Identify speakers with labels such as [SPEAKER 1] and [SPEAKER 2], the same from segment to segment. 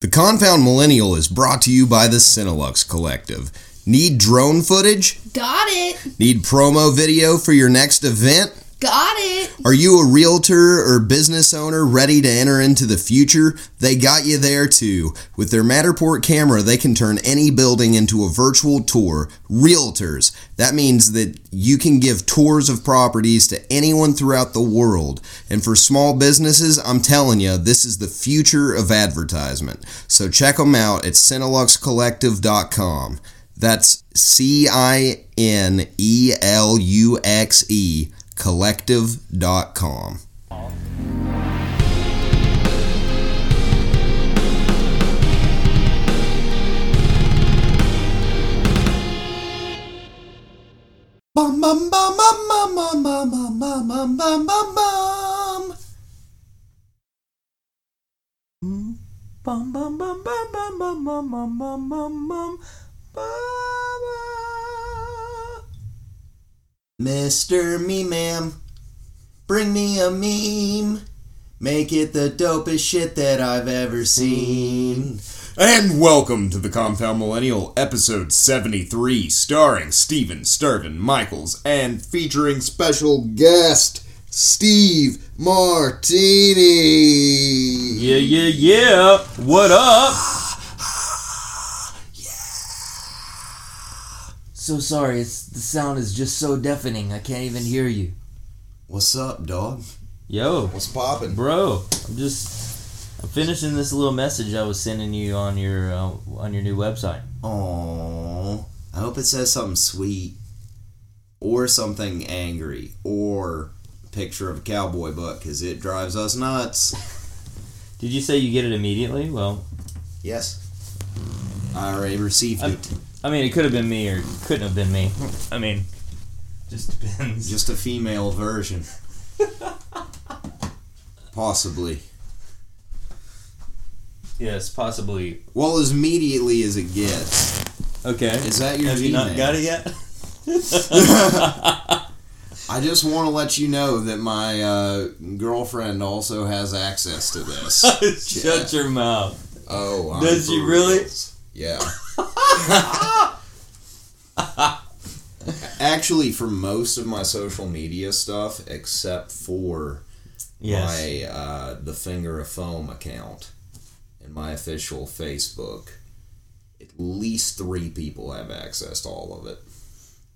[SPEAKER 1] The Confound Millennial is brought to you by the Cinelux Collective. Need drone footage?
[SPEAKER 2] Got it.
[SPEAKER 1] Need promo video for your next event?
[SPEAKER 2] Got it.
[SPEAKER 1] Are you a realtor or business owner ready to enter into the future? They got you there too. With their Matterport camera, they can turn any building into a virtual tour. Realtors. That means that you can give tours of properties to anyone throughout the world. And for small businesses, I'm telling you, this is the future of advertisement. So check them out at CineluxCollective.com. That's C I N E L U X E collective.com. Bum, bum, bum, bum, bum, bum, bum, bum, bum, bum, bum, bum, bum.
[SPEAKER 3] Bum bum bum bum bum bum bum bum bum bum bum ba,
[SPEAKER 1] Mr. Meme Ma'am, bring me a meme. Make it the dopest shit that I've ever seen. And welcome to the Compound Millennial, episode 73, starring Steven Sturvin Michaels and featuring special guest Steve Martini.
[SPEAKER 3] Yeah yeah yeah. What up? So sorry, it's the sound is just so deafening. I can't even hear you.
[SPEAKER 1] What's up, dog?
[SPEAKER 3] Yo,
[SPEAKER 1] What's poppin'?
[SPEAKER 3] bro, I'm just I'm finishing this little message I was sending you on your uh, on your new website.
[SPEAKER 1] Aww. I hope it says something sweet or something angry or picture of a cowboy butt because it drives us nuts.
[SPEAKER 3] Did you say you get it immediately? Well,
[SPEAKER 1] Yes. I already received
[SPEAKER 3] I'm-
[SPEAKER 1] it.
[SPEAKER 3] I mean, it could have been me or couldn't have been me. I mean, just depends.
[SPEAKER 1] Just a female version. Possibly.
[SPEAKER 3] Yes, possibly.
[SPEAKER 1] Well, as immediately as it gets.
[SPEAKER 3] Okay.
[SPEAKER 1] Is that your
[SPEAKER 3] Have you not
[SPEAKER 1] Gmail?
[SPEAKER 3] got it yet?
[SPEAKER 1] I just want to let you know that my uh, girlfriend also has access to this.
[SPEAKER 3] Shut your mouth.
[SPEAKER 1] Oh, I'm
[SPEAKER 3] Does she
[SPEAKER 1] for
[SPEAKER 3] really?
[SPEAKER 1] reals. Yeah. Actually, for most of my social media stuff, except for
[SPEAKER 3] Yes.
[SPEAKER 1] my uh, the finger of foam account and my official Facebook, at least three people have access to all of it.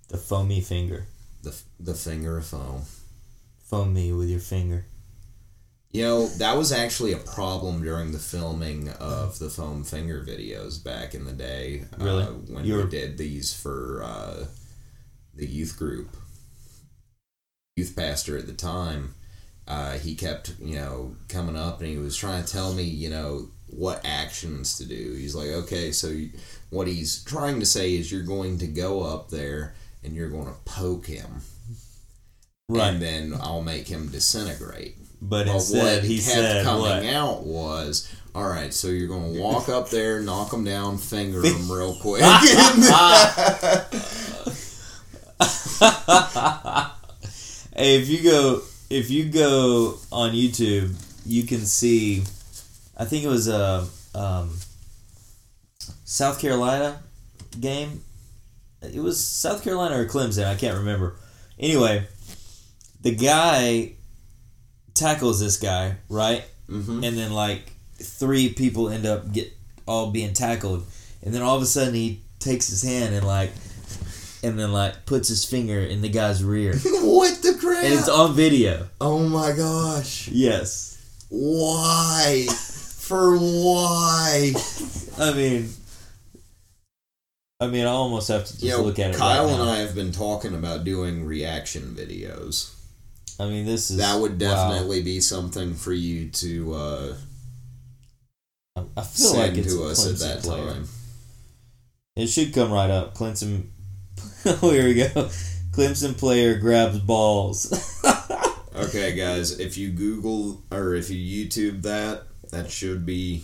[SPEAKER 3] The foamy finger.
[SPEAKER 1] The the finger of foam.
[SPEAKER 3] Foam me with your finger.
[SPEAKER 1] You know, that was actually a problem during the filming of the foam finger videos back in the day.
[SPEAKER 3] Really?
[SPEAKER 1] Uh, when
[SPEAKER 3] You were-
[SPEAKER 1] we did these for uh, the youth group. Youth pastor at the time, uh, he kept, you know, coming up and he was trying to tell me, you know, what actions to do. He's like, okay, so you, what he's trying to say is you're going to go up there and you're going to poke him. And
[SPEAKER 3] Right.
[SPEAKER 1] then I'll make him disintegrate.
[SPEAKER 3] But
[SPEAKER 1] But
[SPEAKER 3] instead
[SPEAKER 1] what
[SPEAKER 3] he
[SPEAKER 1] kept
[SPEAKER 3] said
[SPEAKER 1] coming
[SPEAKER 3] what?
[SPEAKER 1] out was, all right, so you're going to walk up there, knock them down, finger them real quick.
[SPEAKER 3] Hey, if you go if you go on YouTube, you can see I think it was a um, South Carolina game. It was South Carolina or Clemson, I can't remember. Anyway, the guy tackles this guy, right?
[SPEAKER 1] hmm
[SPEAKER 3] and then like three people end up get all being tackled and then all of a sudden he takes his hand and like and then like puts his finger in the guy's rear and
[SPEAKER 1] What the crap?
[SPEAKER 3] it's on video
[SPEAKER 1] oh my gosh.
[SPEAKER 3] yes
[SPEAKER 1] Why? For why?
[SPEAKER 3] i mean i mean i almost have to just
[SPEAKER 1] You know,
[SPEAKER 3] look at it
[SPEAKER 1] Kyle
[SPEAKER 3] right
[SPEAKER 1] and
[SPEAKER 3] now.
[SPEAKER 1] I have been talking about doing reaction videos.
[SPEAKER 3] i mean this is
[SPEAKER 1] That would
[SPEAKER 3] wow.
[SPEAKER 1] definitely be something for you to uh,
[SPEAKER 3] i I feel
[SPEAKER 1] send
[SPEAKER 3] like it's
[SPEAKER 1] to us at that
[SPEAKER 3] player.
[SPEAKER 1] time.
[SPEAKER 3] It should come right up. Clemson. oh, here we go. Clemson player grabs balls.
[SPEAKER 1] Okay, guys, if you Google or if you YouTube that, that should be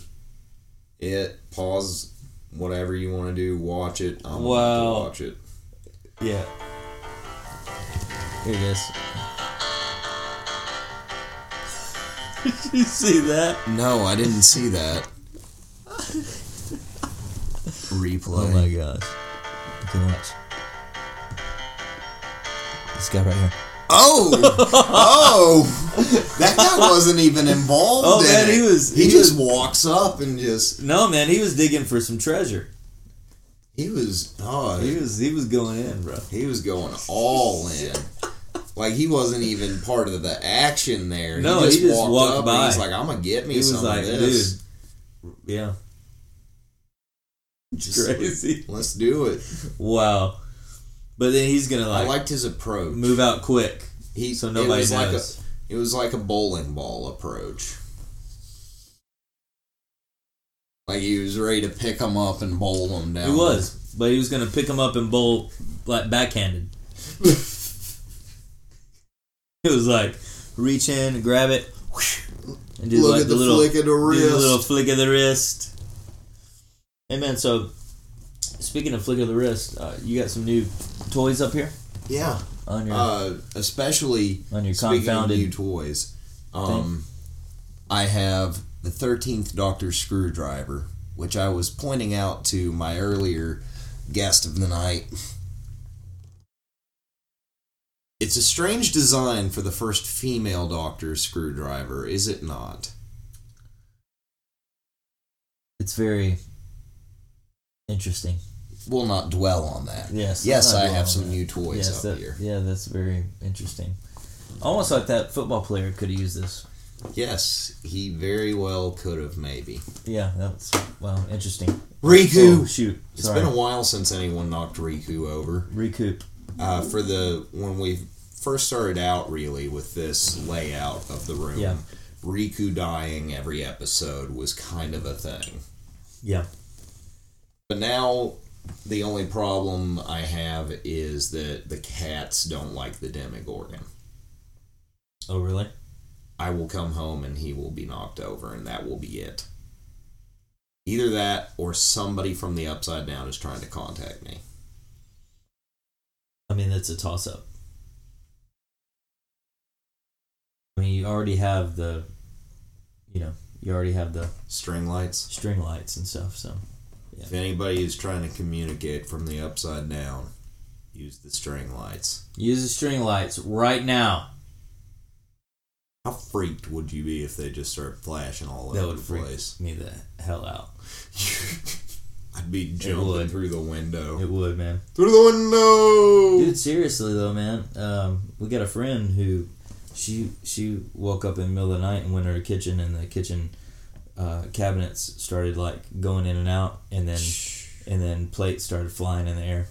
[SPEAKER 1] it. Pause whatever you want to do, watch it. I'm
[SPEAKER 3] Wow.
[SPEAKER 1] to watch it.
[SPEAKER 3] yeah. Here it is. Did you see that?
[SPEAKER 1] No, I didn't see that. Replay.
[SPEAKER 3] Oh my gosh. You can watch. This guy right here.
[SPEAKER 1] Oh, oh, that guy wasn't even involved.
[SPEAKER 3] Oh,
[SPEAKER 1] in
[SPEAKER 3] man,
[SPEAKER 1] it.
[SPEAKER 3] he was-
[SPEAKER 1] He,
[SPEAKER 3] he
[SPEAKER 1] just walks up and just
[SPEAKER 3] No man, he was digging for some treasure.
[SPEAKER 1] he was oh
[SPEAKER 3] He
[SPEAKER 1] he,
[SPEAKER 3] was he was going in, bro.
[SPEAKER 1] he was going all in. Like he wasn't even part of the action there.
[SPEAKER 3] No, he just walked
[SPEAKER 1] up
[SPEAKER 3] by.
[SPEAKER 1] And he's like, "I'm gonna get me
[SPEAKER 3] He was
[SPEAKER 1] some
[SPEAKER 3] like,
[SPEAKER 1] of this."
[SPEAKER 3] dude. Yeah.
[SPEAKER 1] Just,
[SPEAKER 3] Crazy.
[SPEAKER 1] Let's do it.
[SPEAKER 3] Wow. But then he's gonna
[SPEAKER 1] I
[SPEAKER 3] like,
[SPEAKER 1] liked his approach.
[SPEAKER 3] move out quick.
[SPEAKER 1] He
[SPEAKER 3] So nobody
[SPEAKER 1] it was
[SPEAKER 3] knows.
[SPEAKER 1] Like a, it was like a bowling ball approach. Like he was ready to pick them up and bowl them down.
[SPEAKER 3] He was. But he was gonna pick him up and bowl like backhanded. it was like reach in, grab it, whoosh, and do
[SPEAKER 1] Look
[SPEAKER 3] like
[SPEAKER 1] at
[SPEAKER 3] the,
[SPEAKER 1] the,
[SPEAKER 3] little
[SPEAKER 1] flick of the
[SPEAKER 3] do
[SPEAKER 1] wrist.
[SPEAKER 3] the little flick of the wrist. Hey man, so speaking of flick of the wrist, uh, you got some new toys up here
[SPEAKER 1] yeah.
[SPEAKER 3] on your
[SPEAKER 1] Uh, especially
[SPEAKER 3] on your
[SPEAKER 1] speaking of
[SPEAKER 3] confounded
[SPEAKER 1] new toys, um, I have the Thirteenth Doctor screwdriver, which I was pointing out to my earlier guest of the night. It's a strange design for the first female doctor's screwdriver, is it not?
[SPEAKER 3] It's very interesting.
[SPEAKER 1] We'll not dwell on that.
[SPEAKER 3] Yes.
[SPEAKER 1] Yes,
[SPEAKER 3] not
[SPEAKER 1] I
[SPEAKER 3] wrong
[SPEAKER 1] have
[SPEAKER 3] on
[SPEAKER 1] some
[SPEAKER 3] that.
[SPEAKER 1] new toys
[SPEAKER 3] Yes,
[SPEAKER 1] up
[SPEAKER 3] that-
[SPEAKER 1] here.
[SPEAKER 3] Yeah, that's very interesting. Almost like that football player could have used this.
[SPEAKER 1] Yes, he very well could have maybe.
[SPEAKER 3] Yeah, that's well interesting.
[SPEAKER 1] Riku.
[SPEAKER 3] Oh, shoot,
[SPEAKER 1] It's
[SPEAKER 3] sorry.
[SPEAKER 1] been a while since anyone knocked Riku over.
[SPEAKER 3] Recoup.
[SPEAKER 1] Uh, for the when we first started out, really with this layout of the room,
[SPEAKER 3] Yeah.
[SPEAKER 1] Riku dying every episode was kind of a thing.
[SPEAKER 3] Yeah.
[SPEAKER 1] But now the only problem I have is that the cats don't like the Demogorgon.
[SPEAKER 3] Oh really?
[SPEAKER 1] I will come home and he will be knocked over, and that will be it. Either that or somebody from the upside down is trying to contact me.
[SPEAKER 3] I mean, that's a toss up. I mean, you already have the, you know, you already have the
[SPEAKER 1] String lights.
[SPEAKER 3] string lights and stuff. So
[SPEAKER 1] If anybody is trying to communicate from the upside down, use the string lights.
[SPEAKER 3] use the string lights right now.
[SPEAKER 1] How freaked would you be if they just start flashing all
[SPEAKER 3] that
[SPEAKER 1] over
[SPEAKER 3] would
[SPEAKER 1] the
[SPEAKER 3] freak
[SPEAKER 1] place?
[SPEAKER 3] me the hell out.
[SPEAKER 1] I'd be
[SPEAKER 3] would.
[SPEAKER 1] jumping through the window.
[SPEAKER 3] It would, man.
[SPEAKER 1] Through the window!
[SPEAKER 3] Dude, seriously though, man, um, we got a friend who she she woke up in the middle of the night and went to her kitchen, and the kitchen uh, cabinets started like going in and out, and then and then plates started flying in the air.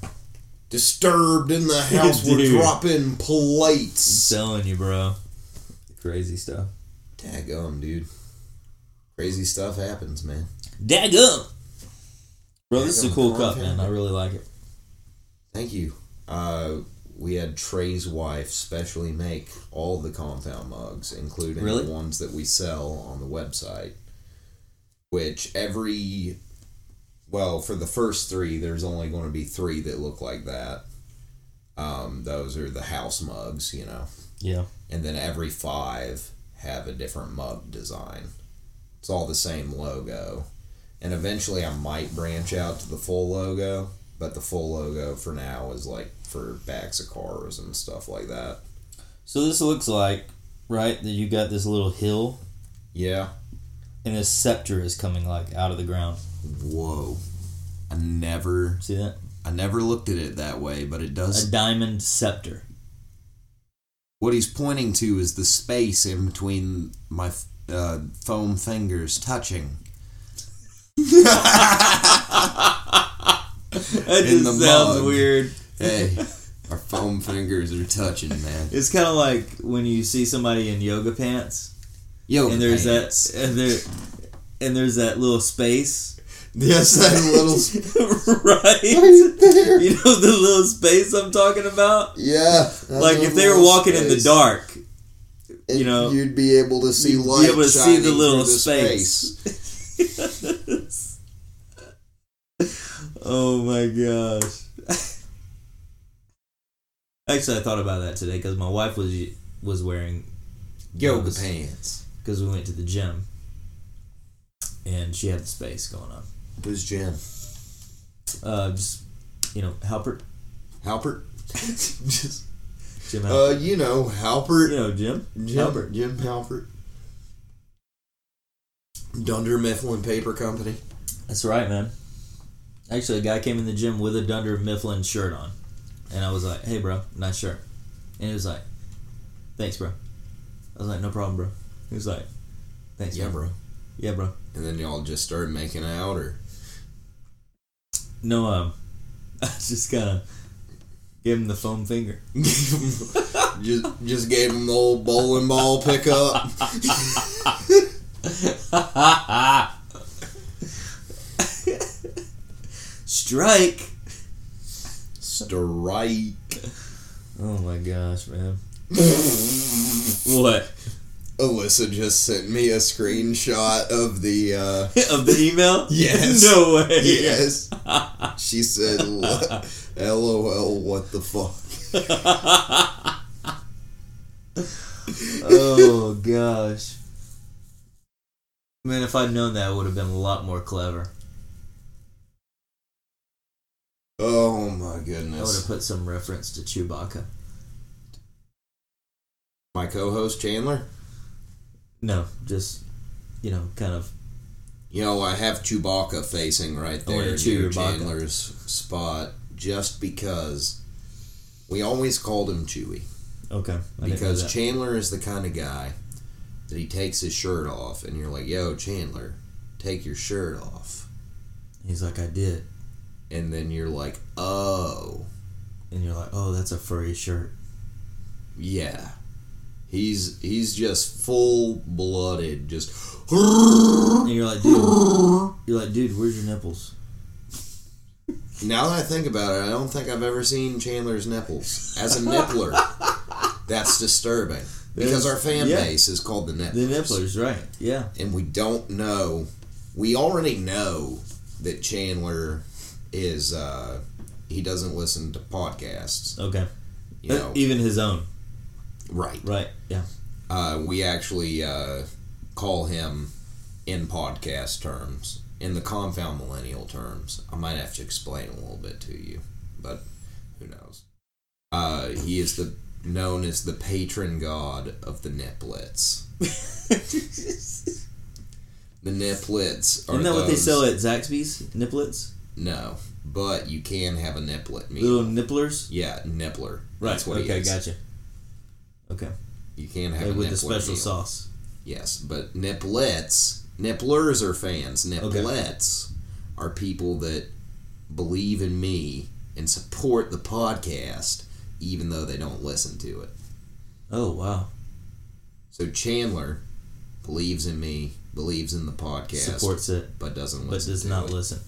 [SPEAKER 1] Disturbed in the house, we're
[SPEAKER 3] Dude.
[SPEAKER 1] dropping plates.
[SPEAKER 3] Selling you, bro. Crazy stuff.
[SPEAKER 1] Daggum, dude. Crazy stuff happens, man.
[SPEAKER 3] Daggum. Bro, this is a
[SPEAKER 1] Daggum
[SPEAKER 3] cool cup,
[SPEAKER 1] content.
[SPEAKER 3] man. I really like it.
[SPEAKER 1] Thank you. Uh, we had Trey's wife specially make all the compound mugs, including
[SPEAKER 3] Really?
[SPEAKER 1] the ones that we sell on the website. Which every, well, for the first three, there's only going to be three that look like that. Um, those are the house mugs, you know.
[SPEAKER 3] Yeah.
[SPEAKER 1] and then every five have a different mug design. It's all the same logo. And eventually I might branch out to the full logo, but the full logo for now is like for backs of cars and stuff like that.
[SPEAKER 3] So this looks like right that you got this little hill,
[SPEAKER 1] Yeah.
[SPEAKER 3] and this scepter is coming like out of the ground.
[SPEAKER 1] Whoa. I never
[SPEAKER 3] See that?
[SPEAKER 1] I never looked at it that way, but it
[SPEAKER 3] A
[SPEAKER 1] does
[SPEAKER 3] diamond scepter.
[SPEAKER 1] what he's pointing to is the space in between my uh, foam fingers touching.
[SPEAKER 3] That
[SPEAKER 1] in
[SPEAKER 3] just
[SPEAKER 1] the
[SPEAKER 3] sounds
[SPEAKER 1] mug.
[SPEAKER 3] weird.
[SPEAKER 1] Hey, our foam fingers are touching, man.
[SPEAKER 3] It's kind of like when you see somebody in yoga pants,
[SPEAKER 1] Yo,
[SPEAKER 3] and there's that, and there, and there's that little space,
[SPEAKER 1] Yes, that little. sp-
[SPEAKER 3] right?
[SPEAKER 1] there.
[SPEAKER 3] You know the little space I'm talking about.
[SPEAKER 1] Yeah. that
[SPEAKER 3] Like if they were
[SPEAKER 1] little
[SPEAKER 3] walking in the
[SPEAKER 1] space.
[SPEAKER 3] dark,
[SPEAKER 1] It-
[SPEAKER 3] you know,
[SPEAKER 1] you'd be able to see
[SPEAKER 3] you'd be
[SPEAKER 1] light.
[SPEAKER 3] able to see
[SPEAKER 1] shining
[SPEAKER 3] the little
[SPEAKER 1] through the
[SPEAKER 3] space. oh my gosh. Actually, I thought about that today because my wife was was wearing
[SPEAKER 1] Yoga
[SPEAKER 3] Those-
[SPEAKER 1] pants.
[SPEAKER 3] because we went to the gym. and she had the space going on.
[SPEAKER 1] Who's Jan?
[SPEAKER 3] Uh, just you know, Halpert.
[SPEAKER 1] Halpert?
[SPEAKER 3] just Jim. Halpert.
[SPEAKER 1] Uh, you know, Halpert.
[SPEAKER 3] you know, Jim.
[SPEAKER 1] Jim,
[SPEAKER 3] Halpert.
[SPEAKER 1] Jim Halpert. Dunder Mifflin Paper Company.
[SPEAKER 3] That's right, man. Actually, a guy came in the gym with a Dunder Mifflin shirt on, and I was like, "Hey, bro, nice shirt," and he was like, "Thanks, bro." I was like, "No problem, bro." He was like, "Thanks,
[SPEAKER 1] Yeah, bro.
[SPEAKER 3] Yeah, bro.
[SPEAKER 1] And then y'all just started making out, or
[SPEAKER 3] No, um, I just kind of gave him the foam finger.
[SPEAKER 1] just just gave him the old bowling ball pickup.
[SPEAKER 3] Strike.
[SPEAKER 1] Strike.
[SPEAKER 3] Oh my gosh, man. what
[SPEAKER 1] Alyssa just sent me a screenshot of the. uh
[SPEAKER 3] of the email?
[SPEAKER 1] Yes.
[SPEAKER 3] No way.
[SPEAKER 1] Yes. She said, "LOL, what the fuck."
[SPEAKER 3] oh gosh. Man, if I'd known that, I would have been a lot more clever.
[SPEAKER 1] Oh my
[SPEAKER 3] I would have
[SPEAKER 1] goodness.
[SPEAKER 3] put some reference to Chewbacca.
[SPEAKER 1] My co-host Chandler.
[SPEAKER 3] No, just you know, kind of.
[SPEAKER 1] You know, I have Chewbacca facing right
[SPEAKER 3] I
[SPEAKER 1] there
[SPEAKER 3] wanna
[SPEAKER 1] near
[SPEAKER 3] chew Oh, Chewbacca.
[SPEAKER 1] Chandler's spot, just because we always called him Chewy
[SPEAKER 3] Okay. I didn't know
[SPEAKER 1] because
[SPEAKER 3] that.
[SPEAKER 1] Chandler is the kind of guy that he takes his shirt off, and you're like, "Yo, Chandler, take your shirt off,"
[SPEAKER 3] he's like, I did,
[SPEAKER 1] and then you're like, "Oh,
[SPEAKER 3] and you're like, oh, that's a furry shirt.
[SPEAKER 1] yeah." He's he's just full blooded, just.
[SPEAKER 3] And you're like, dude, you're like, dude, where's your nipples?
[SPEAKER 1] Now that I think about it, I don't think I've ever seen Chandler's nipples as a nippler. That's disturbing because our fan
[SPEAKER 3] Yeah.
[SPEAKER 1] base is called the nipplers,
[SPEAKER 3] The nipplers, right? Yeah.
[SPEAKER 1] and we don't know. We already know that Chandler is uh, he doesn't listen to podcasts.
[SPEAKER 3] Okay. Uh,
[SPEAKER 1] You know,
[SPEAKER 3] Even his own.
[SPEAKER 1] right?
[SPEAKER 3] Right. Yeah.
[SPEAKER 1] Uh, we actually uh, call him in podcast terms, in the confound millennial terms. I might have to explain a little bit to you, but who knows? Uh, he is the known as the patron god of the niplets. The niplets are
[SPEAKER 3] Isn't that what they
[SPEAKER 1] those-
[SPEAKER 3] sell at Zaxby's? Nipplets?
[SPEAKER 1] No, but you can have a niplet meal.
[SPEAKER 3] Little nipplers?
[SPEAKER 1] yeah, nippler.
[SPEAKER 3] Right.
[SPEAKER 1] That's what
[SPEAKER 3] okay,
[SPEAKER 1] he is.
[SPEAKER 3] gotcha. Okay.
[SPEAKER 1] You can have
[SPEAKER 3] Like
[SPEAKER 1] a
[SPEAKER 3] with the
[SPEAKER 1] nippler
[SPEAKER 3] special
[SPEAKER 1] meal.
[SPEAKER 3] sauce.
[SPEAKER 1] Yes, but nipplets, nipplers are fans. Nipplets are people that believe in me and support the podcast, even though they don't listen to it.
[SPEAKER 3] Oh wow.
[SPEAKER 1] So Chandler believes in me, believes in the podcast,
[SPEAKER 3] Supports it,
[SPEAKER 1] but doesn't
[SPEAKER 3] but
[SPEAKER 1] listen.
[SPEAKER 3] does
[SPEAKER 1] to
[SPEAKER 3] not
[SPEAKER 1] it.
[SPEAKER 3] listen.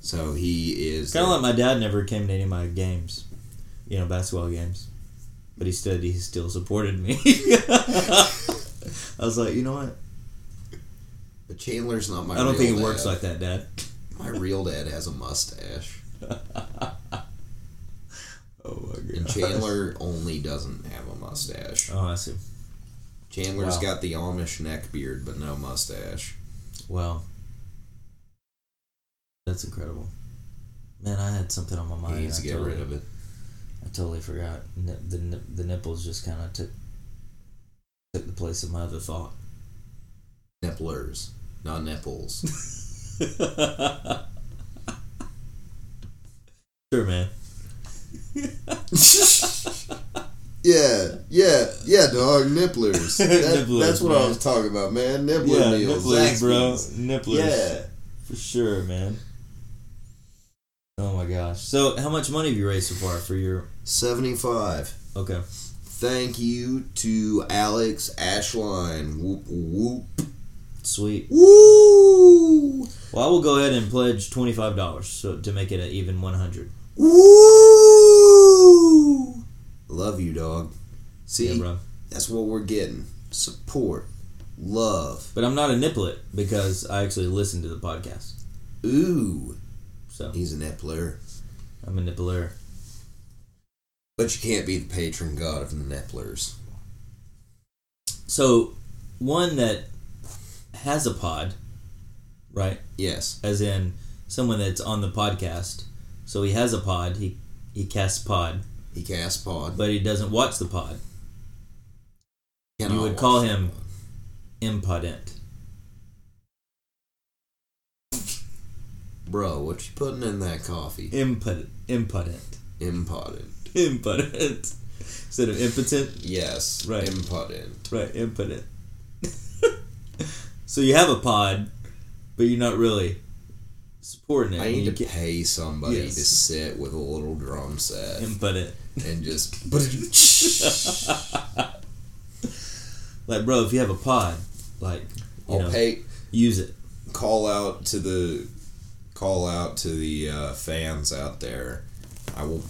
[SPEAKER 1] So he is
[SPEAKER 3] Kind of
[SPEAKER 1] the-
[SPEAKER 3] like my dad never came to any of my games, you know, basketball games, but he said he still supported me. I was like, you know what?
[SPEAKER 1] but Chandler's not my.
[SPEAKER 3] I don't
[SPEAKER 1] real
[SPEAKER 3] think it
[SPEAKER 1] dad.
[SPEAKER 3] works like that, Dad.
[SPEAKER 1] my real dad has a mustache,
[SPEAKER 3] Oh my
[SPEAKER 1] and Chandler only doesn't have a mustache.
[SPEAKER 3] Oh, I see.
[SPEAKER 1] Chandler's
[SPEAKER 3] Wow.
[SPEAKER 1] got the Amish neck beard, but no mustache.
[SPEAKER 3] Wow, that's incredible. Man, I had something on my mind.
[SPEAKER 1] He needs
[SPEAKER 3] I
[SPEAKER 1] to get
[SPEAKER 3] totally-
[SPEAKER 1] rid of it.
[SPEAKER 3] I totally forgot. Ni- The nip, the nipples just kind of took took the place of my other thought.
[SPEAKER 1] Nipplers, not nipples.
[SPEAKER 3] Sure, man.
[SPEAKER 1] yeah, yeah, yeah, dog. Nipplers. That-
[SPEAKER 3] Nipplers,
[SPEAKER 1] that's what I
[SPEAKER 3] man.
[SPEAKER 1] was talking about, man. Nippler
[SPEAKER 3] yeah,
[SPEAKER 1] meals.
[SPEAKER 3] nipplers, bro.
[SPEAKER 1] Zaxby's.
[SPEAKER 3] Nipplers.
[SPEAKER 1] Yeah.
[SPEAKER 3] For sure, man. Oh my gosh. So, how much money have you raised so far for your?
[SPEAKER 1] 75.
[SPEAKER 3] Okay.
[SPEAKER 1] Thank you to Alex Ashline. Whoop, whoop.
[SPEAKER 3] Sweet.
[SPEAKER 1] Woo!
[SPEAKER 3] Well, I will go ahead and pledge twenty five dollars so to make it an even one hundred.
[SPEAKER 1] Woo! Love you, dog. See,
[SPEAKER 3] Yeah, bro.
[SPEAKER 1] that's what we're getting. Support. Love.
[SPEAKER 3] But I'm not a nipplet because I actually listen to the podcast.
[SPEAKER 1] Ooh.
[SPEAKER 3] So
[SPEAKER 1] He's a nippler.
[SPEAKER 3] I'm a nippler.
[SPEAKER 1] But you can't be the patron god of the Nepplers.
[SPEAKER 3] So one that has a pod right?
[SPEAKER 1] Yes.
[SPEAKER 3] As in someone that's on the podcast. So he has a pod. He he casts pod,
[SPEAKER 1] He cast pod.
[SPEAKER 3] but he doesn't watch the pod.
[SPEAKER 1] Cannot
[SPEAKER 3] you would
[SPEAKER 1] watch
[SPEAKER 3] call
[SPEAKER 1] the
[SPEAKER 3] him
[SPEAKER 1] pod.
[SPEAKER 3] impudent.
[SPEAKER 1] Bro, what you putting in that coffee?
[SPEAKER 3] Impudent. Impudent.
[SPEAKER 1] Impotted.
[SPEAKER 3] Impudent. Instead of impotent,
[SPEAKER 1] Yes.
[SPEAKER 3] Right.
[SPEAKER 1] Impotted.
[SPEAKER 3] right? Impudent. so you have a pod, but you're not really supporting it.
[SPEAKER 1] I
[SPEAKER 3] You
[SPEAKER 1] need to
[SPEAKER 3] get
[SPEAKER 1] pay somebody
[SPEAKER 3] Yes.
[SPEAKER 1] to sit with a little drum set
[SPEAKER 3] impudent.
[SPEAKER 1] and just.
[SPEAKER 3] Like, bro, if you have a pod, like, you
[SPEAKER 1] I'll
[SPEAKER 3] know,
[SPEAKER 1] pay.
[SPEAKER 3] use it.
[SPEAKER 1] Call out to the. Call out to the uh, fans out there. I will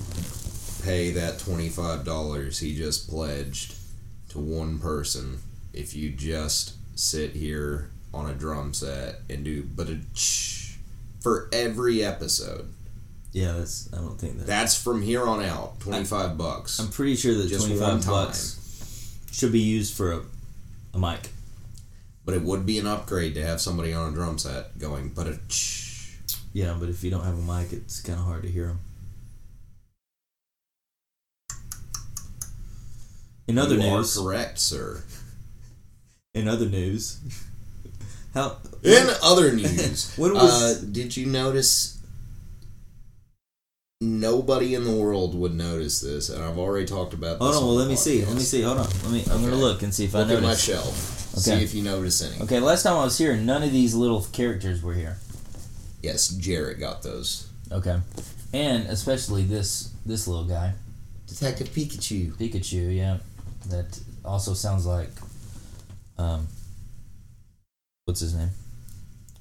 [SPEAKER 1] pay that twenty five dollars he just pledged to one person if you just sit here on a drum set and do but for every episode.
[SPEAKER 3] Yeah, that's. I don't think that.
[SPEAKER 1] That's from here on out. Twenty five bucks.
[SPEAKER 3] I'm pretty sure that
[SPEAKER 1] Just
[SPEAKER 3] twenty
[SPEAKER 1] one
[SPEAKER 3] five
[SPEAKER 1] time.
[SPEAKER 3] bucks should be used for a, a mic.
[SPEAKER 1] But it would be an upgrade to have somebody on a drum set going, but a shh.
[SPEAKER 3] Yeah, but if you don't have a mic, it's kind of hard to hear them. In other
[SPEAKER 1] you
[SPEAKER 3] news,
[SPEAKER 1] are correct, sir.
[SPEAKER 3] in other news, how
[SPEAKER 1] In other news,
[SPEAKER 3] When was-
[SPEAKER 1] uh, did you notice? Nobody in the world would notice this, and I've already talked about.
[SPEAKER 3] Hold
[SPEAKER 1] this
[SPEAKER 3] on, well,
[SPEAKER 1] the
[SPEAKER 3] let me see. Let me
[SPEAKER 1] podcast.
[SPEAKER 3] see. Hold on. Let me. I'm gonna
[SPEAKER 1] Okay.
[SPEAKER 3] look and see if
[SPEAKER 1] Look
[SPEAKER 3] I
[SPEAKER 1] at my
[SPEAKER 3] notice.
[SPEAKER 1] shelf.
[SPEAKER 3] Okay.
[SPEAKER 1] See if you notice any.
[SPEAKER 3] Okay, last time I was here, none of these little characters were here.
[SPEAKER 1] Yes, Jarrett got those.
[SPEAKER 3] Okay, and especially this this little guy,
[SPEAKER 1] Detective Pikachu.
[SPEAKER 3] Pikachu. Yeah, that also sounds like, um, what's his name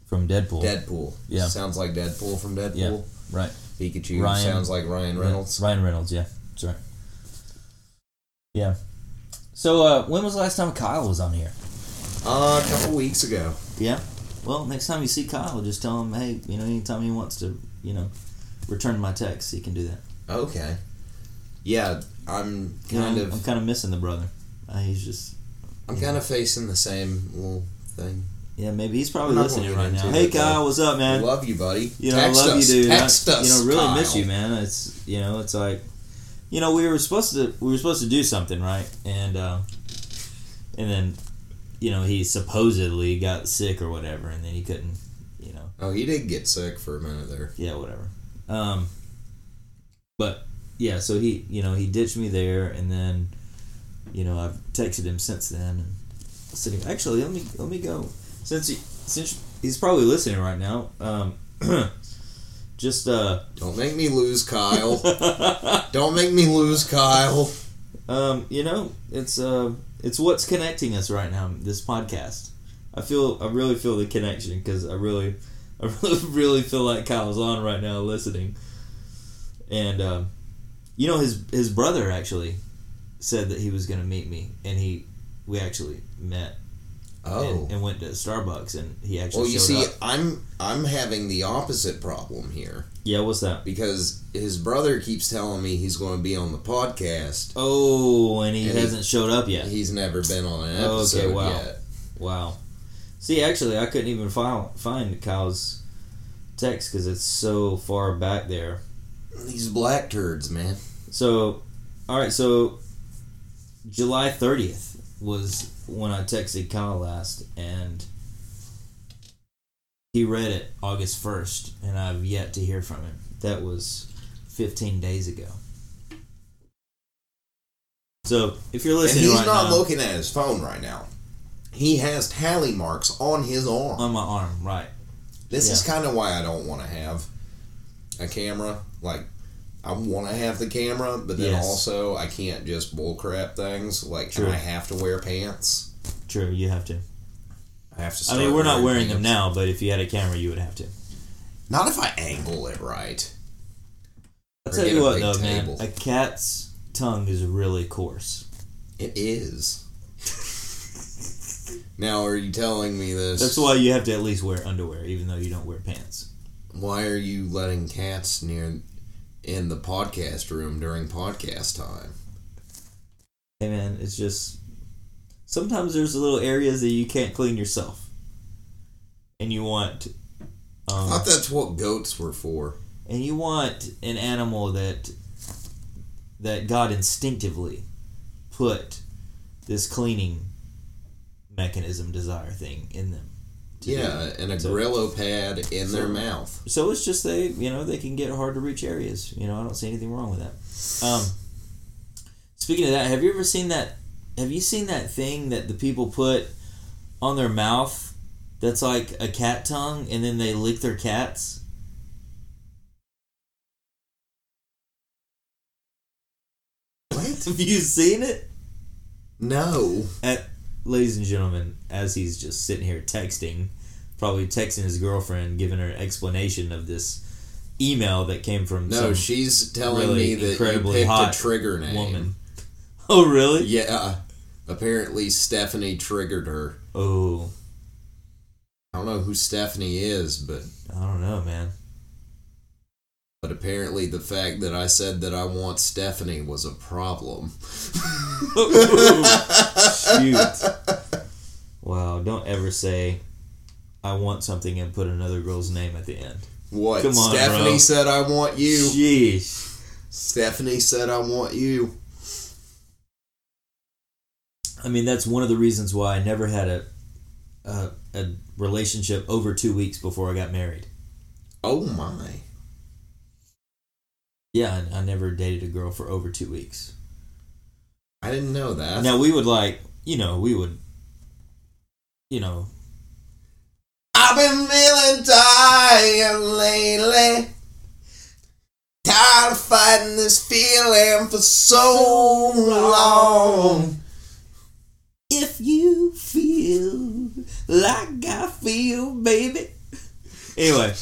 [SPEAKER 3] from Deadpool?
[SPEAKER 1] Deadpool.
[SPEAKER 3] Yeah.
[SPEAKER 1] Sounds like Deadpool from Deadpool.
[SPEAKER 3] Yeah, right.
[SPEAKER 1] Pikachu
[SPEAKER 3] Ryan-
[SPEAKER 1] sounds like Ryan Reynolds.
[SPEAKER 3] Ryan Reynolds, yeah. That's right. Yeah. So uh, when was the last time Kyle was on here?
[SPEAKER 1] Uh, a couple weeks ago.
[SPEAKER 3] Yeah. Well, next time you see Kyle, just tell him, hey, you know, anytime he wants to, you know, return my text, he can do that.
[SPEAKER 1] Okay. Yeah, I'm
[SPEAKER 3] You know,
[SPEAKER 1] kind
[SPEAKER 3] I'm- I'm
[SPEAKER 1] of
[SPEAKER 3] kind of missing the brother. Uh, he's just
[SPEAKER 1] I'm kind of facing the same little thing.
[SPEAKER 3] yeah, maybe he's probably
[SPEAKER 1] I'm not
[SPEAKER 3] listening
[SPEAKER 1] gonna
[SPEAKER 3] right
[SPEAKER 1] get
[SPEAKER 3] now.
[SPEAKER 1] into
[SPEAKER 3] Hey
[SPEAKER 1] it, though.
[SPEAKER 3] Kyle, what's up, man?
[SPEAKER 1] Love you, buddy.
[SPEAKER 3] You know,
[SPEAKER 1] Text
[SPEAKER 3] I love
[SPEAKER 1] us.
[SPEAKER 3] you, dude. I-
[SPEAKER 1] Text us.
[SPEAKER 3] you know, really
[SPEAKER 1] Kyle.
[SPEAKER 3] miss you, man. It's you know, it's like, you know, we were supposed to we were supposed to do something, right? And uh, and then, you know, he supposedly got sick or whatever, and then he couldn't, you know,
[SPEAKER 1] Oh, he did get sick for a minute there.
[SPEAKER 3] yeah, whatever. Um, but yeah, so he, you know, he ditched me there, and then, you know, I've texted him since then. And sitting, actually, let me let me go since he since he's probably listening right now. Um, just uh,
[SPEAKER 1] Don't make me lose Kyle. Don't make me lose Kyle.
[SPEAKER 3] um, you know, it's uh, it's what's connecting us right now. This podcast, I feel, I really feel the connection because I really, I really, really feel like Kyle's on right now listening, and um, you know, his his brother actually said that he was going to meet me, and he, we actually met
[SPEAKER 1] Oh.
[SPEAKER 3] and, and went to Starbucks, and he actually
[SPEAKER 1] Well, you
[SPEAKER 3] showed
[SPEAKER 1] see,
[SPEAKER 3] up.
[SPEAKER 1] I'm I'm having the opposite problem here
[SPEAKER 3] Yeah, what's that?
[SPEAKER 1] because his brother keeps telling me he's going to be on the podcast.
[SPEAKER 3] Oh, and he
[SPEAKER 1] And he-
[SPEAKER 3] hasn't showed up yet.
[SPEAKER 1] He's never been on an
[SPEAKER 3] Oh, okay,
[SPEAKER 1] episode
[SPEAKER 3] wow.
[SPEAKER 1] yet.
[SPEAKER 3] Wow. See, actually, I couldn't even file, find Kyle's text because it's so far back there.
[SPEAKER 1] These black turds, man.
[SPEAKER 3] So, all right, so July 30th was when I texted Kyle last, and he read it August 1st, and I've yet to hear from him. That was 15 days ago. So, if you're
[SPEAKER 1] And
[SPEAKER 3] listening,
[SPEAKER 1] he's
[SPEAKER 3] right
[SPEAKER 1] not
[SPEAKER 3] now,
[SPEAKER 1] looking at his phone right now. He has tally marks on his arm.
[SPEAKER 3] on my arm, right?
[SPEAKER 1] this is kind of why I don't want to have a camera. Like, I want to have the camera, but then
[SPEAKER 3] Yes.
[SPEAKER 1] also I can't just bullcrap things. Like,
[SPEAKER 3] True.
[SPEAKER 1] and I have to wear pants.
[SPEAKER 3] True, you have to.
[SPEAKER 1] I have to.
[SPEAKER 3] I
[SPEAKER 1] Start
[SPEAKER 3] mean, we're not wearing them
[SPEAKER 1] pants.
[SPEAKER 3] now, but if you had a camera, you would have to.
[SPEAKER 1] Not if I angle it right.
[SPEAKER 3] I'll
[SPEAKER 1] Or
[SPEAKER 3] tell
[SPEAKER 1] get
[SPEAKER 3] you
[SPEAKER 1] a
[SPEAKER 3] what,
[SPEAKER 1] big
[SPEAKER 3] though,
[SPEAKER 1] table.
[SPEAKER 3] man, a cat's tongue is really coarse.
[SPEAKER 1] It is. now, are you telling me this?
[SPEAKER 3] That's why you have to at least wear underwear, even though you don't wear pants.
[SPEAKER 1] Why are you letting cats near in the podcast room during podcast time?
[SPEAKER 3] Hey, man, it's just sometimes there's little areas that you can't clean yourself, and you want
[SPEAKER 1] I
[SPEAKER 3] Um,
[SPEAKER 1] thought that's what goats were for.
[SPEAKER 3] and you want an animal that that God instinctively put this cleaning mechanism desire thing in them. to do.
[SPEAKER 1] Yeah, and a
[SPEAKER 3] So-
[SPEAKER 1] Grillo pad in their mouth.
[SPEAKER 3] So it's just they, you know, they can get hard to reach areas. You know, I don't see anything wrong with that. Um, speaking of that, have you ever seen that? Have you seen that thing that the people put on their mouth that's like a cat tongue, and then they lick their cats?
[SPEAKER 1] What?
[SPEAKER 3] Have you seen it?
[SPEAKER 1] No.
[SPEAKER 3] At, ladies and gentlemen, as he's just sitting here texting, probably texting his girlfriend, giving her an explanation of this email that came from
[SPEAKER 1] No,
[SPEAKER 3] some
[SPEAKER 1] she's telling
[SPEAKER 3] really
[SPEAKER 1] me that you
[SPEAKER 3] incredibly
[SPEAKER 1] picked a
[SPEAKER 3] hot
[SPEAKER 1] trigger name.
[SPEAKER 3] woman. Oh, really?
[SPEAKER 1] Yeah. Apparently Stephanie triggered her.
[SPEAKER 3] Oh,
[SPEAKER 1] I don't know who Stephanie is, but
[SPEAKER 3] I don't know, man.
[SPEAKER 1] but apparently the fact that I said that I want Stephanie was a problem.
[SPEAKER 3] Shoot. Wow, don't ever say, I want something and put another girl's name at the end.
[SPEAKER 1] What?
[SPEAKER 3] Come on,
[SPEAKER 1] Stephanie
[SPEAKER 3] bro.
[SPEAKER 1] said I want you.
[SPEAKER 3] Jeez.
[SPEAKER 1] Stephanie said I want you.
[SPEAKER 3] I mean, that's one of the reasons why I never had a, a, a relationship over two weeks before I got married.
[SPEAKER 1] Oh my.
[SPEAKER 3] Yeah, I, I never dated a girl for over two weeks.
[SPEAKER 1] I didn't know that.
[SPEAKER 3] Now, we would like, you know, we would, you know,
[SPEAKER 1] I've been feeling tired lately. Tired of fighting this feeling for so long.
[SPEAKER 3] If you feel like I feel, baby. Anyway,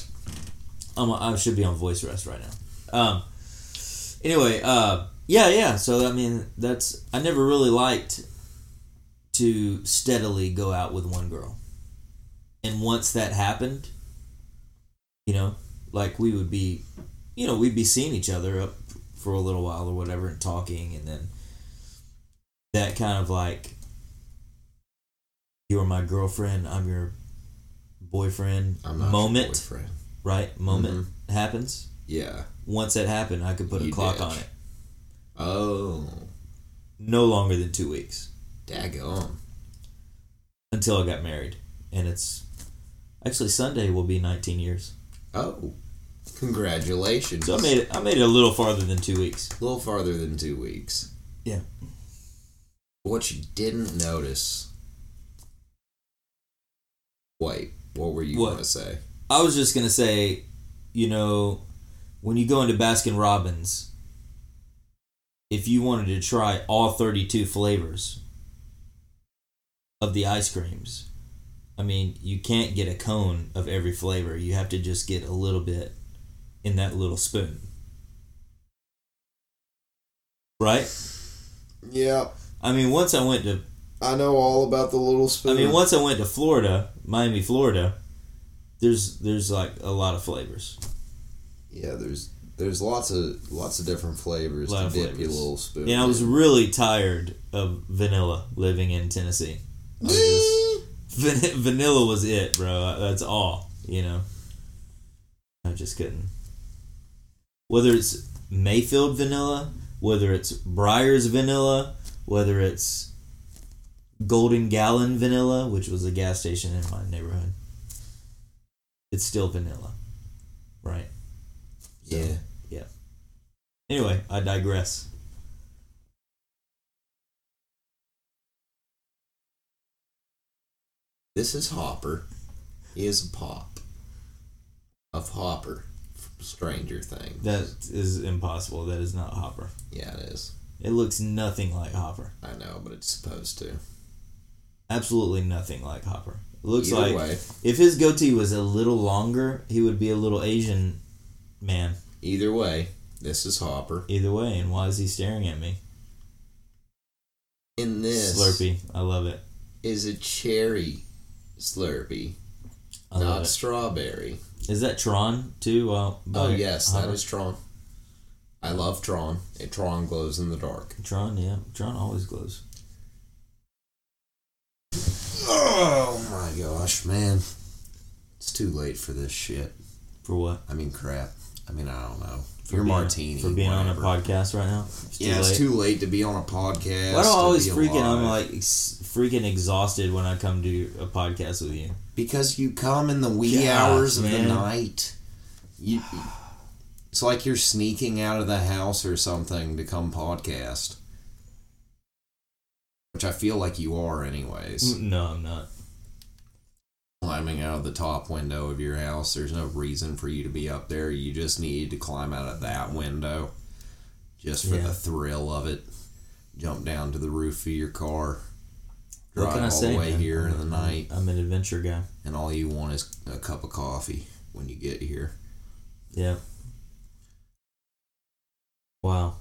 [SPEAKER 3] I'm, I should be on voice rest right now. Um. Anyway, uh, yeah, yeah. So I mean, that's I never really liked to steadily go out with one girl, and once that happened, you know, like we would be, you know, we'd be seeing each other up for a little while or whatever, and talking, and then that kind of like you are my girlfriend, I'm your boyfriend
[SPEAKER 1] I'm not your
[SPEAKER 3] moment,
[SPEAKER 1] boyfriend.
[SPEAKER 3] right? Moment happens.
[SPEAKER 1] Yeah.
[SPEAKER 3] Once that happened, I could put a
[SPEAKER 1] You
[SPEAKER 3] clock
[SPEAKER 1] did.
[SPEAKER 3] on it.
[SPEAKER 1] Oh.
[SPEAKER 3] No longer than two weeks
[SPEAKER 1] Daggone.
[SPEAKER 3] until I got married, and it's actually Sunday will be 19 years.
[SPEAKER 1] Oh. Congratulations.
[SPEAKER 3] So I made it. I made it a little farther than two weeks.
[SPEAKER 1] a little farther than two weeks.
[SPEAKER 3] Yeah.
[SPEAKER 1] What you didn't notice. Wait, what were you
[SPEAKER 3] What?
[SPEAKER 1] going to say?
[SPEAKER 3] I was just gonna say, you know, when you go into Baskin Robbins, if you wanted to try all thirty-two flavors of the ice creams, I mean, you can't get a cone of every flavor. You have to just get a little bit in that little spoon, right?
[SPEAKER 1] Yeah,
[SPEAKER 3] I mean, once I went to
[SPEAKER 1] I know all about the little
[SPEAKER 3] I
[SPEAKER 1] spoon.
[SPEAKER 3] mean, once I went to Florida, Miami, Florida, there's there's like a lot of flavors.
[SPEAKER 1] Yeah, there's there's lots of lots of different flavors
[SPEAKER 3] Lot
[SPEAKER 1] to
[SPEAKER 3] of
[SPEAKER 1] dip your
[SPEAKER 3] flavors.
[SPEAKER 1] little spoon.
[SPEAKER 3] And I was
[SPEAKER 1] in.
[SPEAKER 3] really tired of vanilla living in Tennessee. I was just- van- vanilla was it, bro. That's all, you know. I just couldn't. Whether it's Mayfield vanilla, whether it's Briar's vanilla, whether it's Golden Gallon vanilla, which was a gas station in my neighborhood, it's still vanilla, right? So,
[SPEAKER 1] yeah.
[SPEAKER 3] Yeah. Anyway, I digress.
[SPEAKER 1] This is Hopper. He is a pop of Hopper from Stranger Things.
[SPEAKER 3] That is impossible. That is not Hopper.
[SPEAKER 1] Yeah, it is.
[SPEAKER 3] It looks nothing like Hopper.
[SPEAKER 1] I know, but it's supposed to.
[SPEAKER 3] Absolutely nothing like Hopper. It looks
[SPEAKER 1] Either
[SPEAKER 3] like
[SPEAKER 1] way.
[SPEAKER 3] if his goatee was a little longer, he would be a little Asian man.
[SPEAKER 1] Either way, this is Hopper.
[SPEAKER 3] Either way, and why is he staring at me?
[SPEAKER 1] And this
[SPEAKER 3] Slurpee. I love it.
[SPEAKER 1] is a cherry Slurpee,
[SPEAKER 3] I love
[SPEAKER 1] not
[SPEAKER 3] it.
[SPEAKER 1] strawberry.
[SPEAKER 3] Is that Tron too? Well,
[SPEAKER 1] Oh
[SPEAKER 3] by
[SPEAKER 1] yes, that
[SPEAKER 3] Hopper?
[SPEAKER 1] is Tron. I love Tron. It Tron glows in the dark.
[SPEAKER 3] Tron. Yeah, Tron always glows.
[SPEAKER 1] Oh my gosh, man. It's too late for this shit.
[SPEAKER 3] For what?
[SPEAKER 1] I mean, crap. I mean, I don't know.
[SPEAKER 3] For
[SPEAKER 1] Your
[SPEAKER 3] being-
[SPEAKER 1] martini.
[SPEAKER 3] For being on a
[SPEAKER 1] whatever.
[SPEAKER 3] podcast right now? It's too
[SPEAKER 1] yeah, it's
[SPEAKER 3] late.
[SPEAKER 1] too late to be on a podcast.
[SPEAKER 3] Why do
[SPEAKER 1] to
[SPEAKER 3] I always
[SPEAKER 1] be
[SPEAKER 3] freaking? I'm
[SPEAKER 1] alive.
[SPEAKER 3] like ex- freaking exhausted when I come to a podcast with you.
[SPEAKER 1] because you come in the wee
[SPEAKER 3] Gosh,
[SPEAKER 1] hours of
[SPEAKER 3] man.
[SPEAKER 1] the night. You, it's like you're sneaking out of the house or something to come podcast, which I feel like you are, anyways.
[SPEAKER 3] No, I'm not.
[SPEAKER 1] Climbing out of the top window of your house. There's no reason for you to be up there. You just need to climb out of that window, just for
[SPEAKER 3] Yeah.
[SPEAKER 1] the thrill of it. Jump down to the roof of your car. Drive
[SPEAKER 3] What can I
[SPEAKER 1] all
[SPEAKER 3] say?
[SPEAKER 1] the way
[SPEAKER 3] man?
[SPEAKER 1] here in the
[SPEAKER 3] I'm-
[SPEAKER 1] night
[SPEAKER 3] I'm an adventure guy.
[SPEAKER 1] and all you want is a cup of coffee when you get here.
[SPEAKER 3] Yeah. Wow.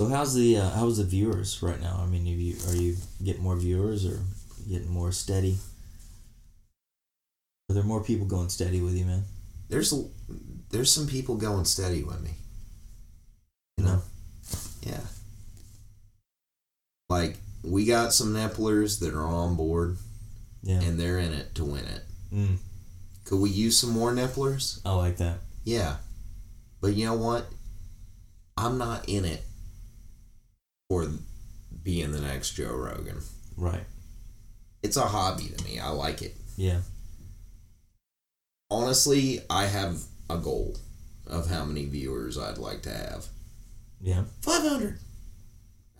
[SPEAKER 3] So how's the uh, how's the viewers right now? I mean, have you are you getting more viewers or getting more steady? Are there more people going steady with you, man?
[SPEAKER 1] There's l- there's some people going steady with me. You
[SPEAKER 3] No.
[SPEAKER 1] know, yeah. Like we got some Nepplers that are on board
[SPEAKER 3] Yeah.
[SPEAKER 1] and they're in it to win it.
[SPEAKER 3] Mm,
[SPEAKER 1] Could we use some more Nepplers?
[SPEAKER 3] I like that.
[SPEAKER 1] Yeah, but you know what? I'm not in it for being the next Joe Rogan.
[SPEAKER 3] Right.
[SPEAKER 1] It's a hobby to me. I like it.
[SPEAKER 3] Yeah.
[SPEAKER 1] honestly, I have a goal of how many viewers I'd like to have.
[SPEAKER 3] Yeah.
[SPEAKER 1] 500.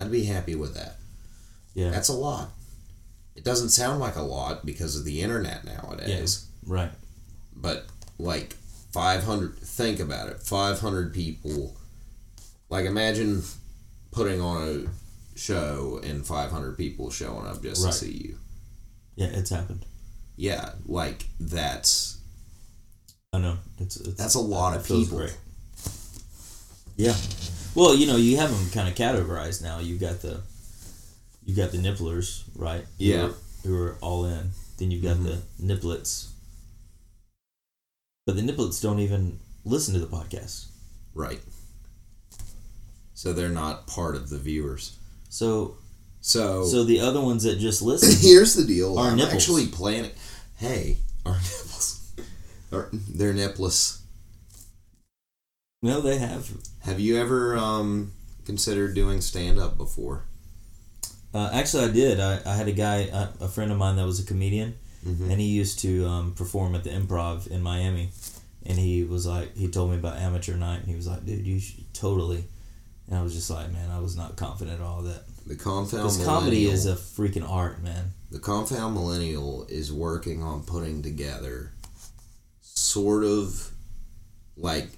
[SPEAKER 1] I'd be happy with that.
[SPEAKER 3] Yeah.
[SPEAKER 1] That's a lot. It doesn't sound like a lot because of the internet nowadays,
[SPEAKER 3] right.
[SPEAKER 1] but like 500, think about it 500 people. Like, imagine putting on a show and 500 people showing up just
[SPEAKER 3] Right.
[SPEAKER 1] to see you.
[SPEAKER 3] Yeah, it's happened.
[SPEAKER 1] Yeah, like that's
[SPEAKER 3] I know. It's, it's
[SPEAKER 1] that's a lot
[SPEAKER 3] it
[SPEAKER 1] of
[SPEAKER 3] feels
[SPEAKER 1] people.
[SPEAKER 3] great. Yeah. Well, you know, you have them kind of categorized now. You've got the you've got the nipplers, right? Who
[SPEAKER 1] Yeah. Mm-hmm.
[SPEAKER 3] are- Who are all in. Then you've got the nipplets. But the nipplets don't even listen to the podcast.
[SPEAKER 1] Right. So they're not part of the viewers.
[SPEAKER 3] So
[SPEAKER 1] So,
[SPEAKER 3] so the other ones that just listen,
[SPEAKER 1] here's the deal.
[SPEAKER 3] Our
[SPEAKER 1] I'm
[SPEAKER 3] nipples.
[SPEAKER 1] actually planning. Hey, our nipples. Our, they're nippless.
[SPEAKER 3] no, they have.
[SPEAKER 1] Have you ever um, considered doing stand up before?
[SPEAKER 3] Uh, actually, I did. I, I had a guy, uh, a, a friend of mine that was a comedian, and he used to um, perform at the improv in Miami. And he was like, he told me about amateur night, and he was like, dude, you should totally. And I was just like, man, I was not confident at all that.
[SPEAKER 1] The confound
[SPEAKER 3] Because
[SPEAKER 1] millennial,
[SPEAKER 3] comedy is a freaking art, man.
[SPEAKER 1] the confound millennial is working on putting together sort of like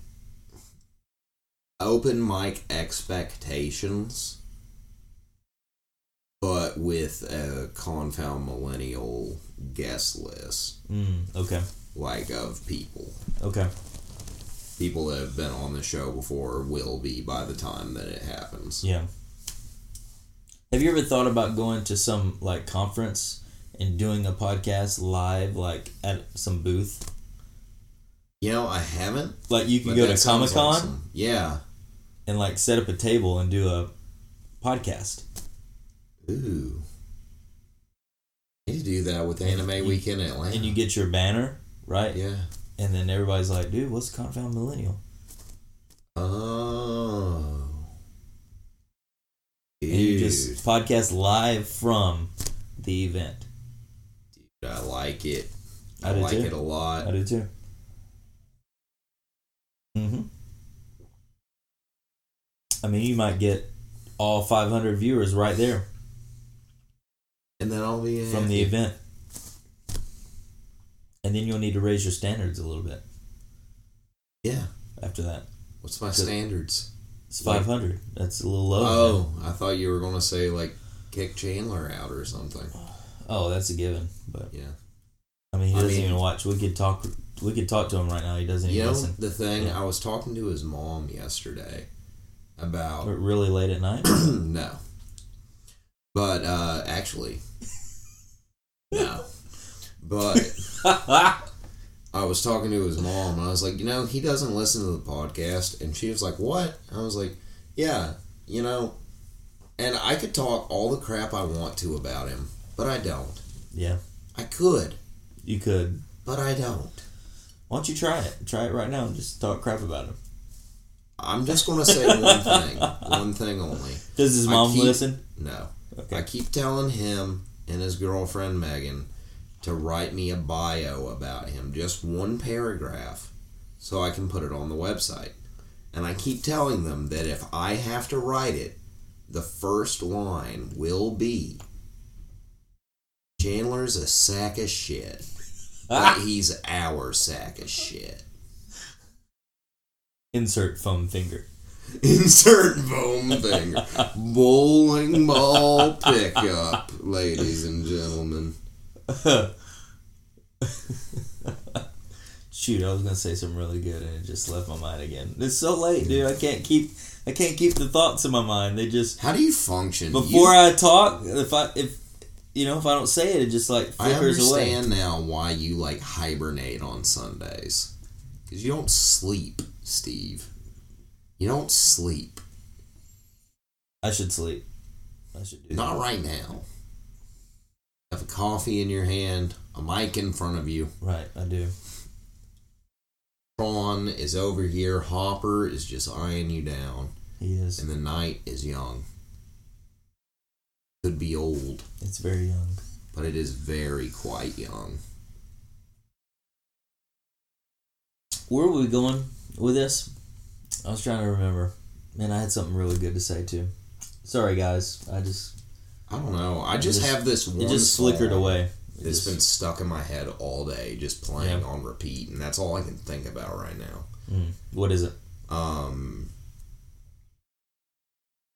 [SPEAKER 1] open mic expectations but with a confound millennial guest list
[SPEAKER 3] Mm, okay.
[SPEAKER 1] like of people
[SPEAKER 3] Okay.
[SPEAKER 1] people that have been on the show before or will be by the time that it happens
[SPEAKER 3] Yeah. Have you ever thought about going to some like conference and doing a podcast live, like at some booth?
[SPEAKER 1] you know i haven't
[SPEAKER 3] Like you could
[SPEAKER 1] but
[SPEAKER 3] go
[SPEAKER 1] that
[SPEAKER 3] to Comic
[SPEAKER 1] sounds
[SPEAKER 3] Con.
[SPEAKER 1] awesome. yeah
[SPEAKER 3] and like set up a table and do a podcast.
[SPEAKER 1] Ooh. Need to do that with Anime Weekend Atlanta.
[SPEAKER 3] And you get your banner, right?
[SPEAKER 1] yeah.
[SPEAKER 3] And then everybody's like, dude, what's Confound Millennial?
[SPEAKER 1] Oh. Dude,
[SPEAKER 3] And you just podcast live from the event.
[SPEAKER 1] I like it.
[SPEAKER 3] I
[SPEAKER 1] I,
[SPEAKER 3] do
[SPEAKER 1] like
[SPEAKER 3] too.
[SPEAKER 1] it a
[SPEAKER 3] I
[SPEAKER 1] lot.
[SPEAKER 3] do too. hmm I mean, you might get all 500 viewers right there
[SPEAKER 1] And then I'll be
[SPEAKER 3] from the event. And then you'll need to raise your standards a little bit
[SPEAKER 1] yeah.
[SPEAKER 3] after that.
[SPEAKER 1] What's my
[SPEAKER 3] So-
[SPEAKER 1] standards?
[SPEAKER 3] It's
[SPEAKER 1] Like-
[SPEAKER 3] 500. That's a little low. man.
[SPEAKER 1] Oh, I thought you were gonna say like kick Chandler out or something.
[SPEAKER 3] Oh, that's a given. But
[SPEAKER 1] Yeah.
[SPEAKER 3] I mean, he
[SPEAKER 1] I
[SPEAKER 3] doesn't
[SPEAKER 1] mean-
[SPEAKER 3] even watch. We could talk. We could talk to him right now. He doesn't
[SPEAKER 1] You
[SPEAKER 3] even
[SPEAKER 1] know
[SPEAKER 3] listen.
[SPEAKER 1] the thing
[SPEAKER 3] Yeah.
[SPEAKER 1] I was talking to his mom yesterday about
[SPEAKER 3] But really late at night.
[SPEAKER 1] no. But uh actually no. But I was talking to his mom and I was like, "You know, he doesn't listen to the podcast." And she was like, "What?" I was like, "Yeah, you know, and I could talk all the crap I want to about him, but I don't.
[SPEAKER 3] yeah,
[SPEAKER 1] I could,
[SPEAKER 3] you could.
[SPEAKER 1] but I don't.
[SPEAKER 3] Why don't you try it? Try it right now and just talk crap about him.
[SPEAKER 1] I'm just gonna say one thing, one thing only.
[SPEAKER 3] Does his
[SPEAKER 1] I
[SPEAKER 3] mom
[SPEAKER 1] keep-
[SPEAKER 3] listen?
[SPEAKER 1] No, I
[SPEAKER 3] Okay.
[SPEAKER 1] keep telling him and his girlfriend Megan to write me a bio about him, just one paragraph, so I can put it on the website. And I keep telling them that if I have to write it, the first line will be Chandler's a sack of shit. But he's our sack of shit.
[SPEAKER 3] Insert foam finger.
[SPEAKER 1] Insert foam finger. Bowling ball pickup, ladies and gentlemen.
[SPEAKER 3] Shoot, I was gonna say something really good and it just left my mind again. It's so late, dude. I can't keep I can't keep the thoughts in my mind. They just
[SPEAKER 1] How do you function?
[SPEAKER 3] before
[SPEAKER 1] you,
[SPEAKER 3] I talk, if I if you know if I don't say it, it just like
[SPEAKER 1] I
[SPEAKER 3] flickers away.
[SPEAKER 1] understand now why you like hibernate on Sundays. Because you don't sleep, Steve. You don't sleep.
[SPEAKER 3] I should sleep. I should do.
[SPEAKER 1] Not right now. Have a coffee in your hand, a mic in front of you.
[SPEAKER 3] that. Right, I do.
[SPEAKER 1] Prawn is over here. Hopper is just eyeing you down.
[SPEAKER 3] He is.
[SPEAKER 1] and the night is young. Could be old,
[SPEAKER 3] It's very young.
[SPEAKER 1] but it is very quite young.
[SPEAKER 3] Where were we going with this? I was trying to remember. Man, I had something really good to say too. Sorry, guys. I just
[SPEAKER 1] I don't know. I just,
[SPEAKER 3] just-
[SPEAKER 1] have this one.
[SPEAKER 3] it just
[SPEAKER 1] song
[SPEAKER 3] flickered away. It
[SPEAKER 1] That's
[SPEAKER 3] just-
[SPEAKER 1] been stuck in my head all day, just playing
[SPEAKER 3] Yeah.
[SPEAKER 1] on repeat, and that's all I can think about right now.
[SPEAKER 3] Mm. what is it?
[SPEAKER 1] Um,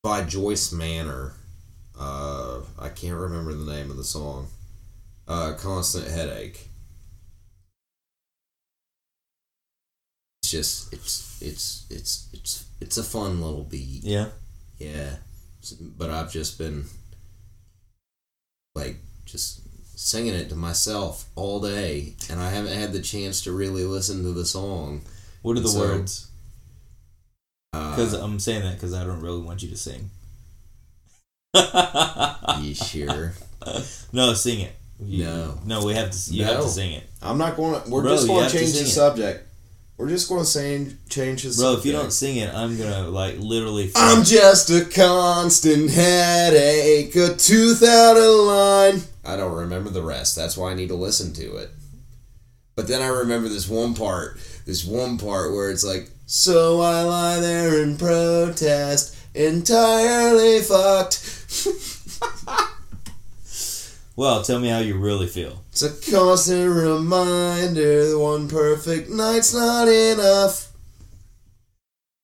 [SPEAKER 1] by Joyce Manor. Uh, I can't remember the name of the song. Uh, constant headache. It's just it's it's it's it's it's a fun little beat.
[SPEAKER 3] Yeah.
[SPEAKER 1] Yeah. S- But I've just been like just singing it to myself all day and I haven't had the chance to really listen to the song.
[SPEAKER 3] What are the
[SPEAKER 1] So-
[SPEAKER 3] words? Because
[SPEAKER 1] Uh,
[SPEAKER 3] I'm saying that because I don't really want you to sing.
[SPEAKER 1] you sure?
[SPEAKER 3] no, sing it. You-
[SPEAKER 1] No.
[SPEAKER 3] No, we have to. You have
[SPEAKER 1] No.
[SPEAKER 3] to sing it,
[SPEAKER 1] I'm not going to we're
[SPEAKER 3] Bro,
[SPEAKER 1] just
[SPEAKER 3] you
[SPEAKER 1] going
[SPEAKER 3] have
[SPEAKER 1] to
[SPEAKER 3] to
[SPEAKER 1] change the
[SPEAKER 3] sing it.
[SPEAKER 1] subject. We're just going to change the
[SPEAKER 3] bro.
[SPEAKER 1] subject.
[SPEAKER 3] If you don't sing it, I'm gonna like literally.
[SPEAKER 1] I'm just a constant headache, a tooth out of line. I don't remember the rest. That's why I need to listen to it. But then I remember this one part, this one part where it's like, so I lie there and protest, entirely fucked.
[SPEAKER 3] well, tell me how you really feel.
[SPEAKER 1] It's a constant reminder that one perfect night's not enough.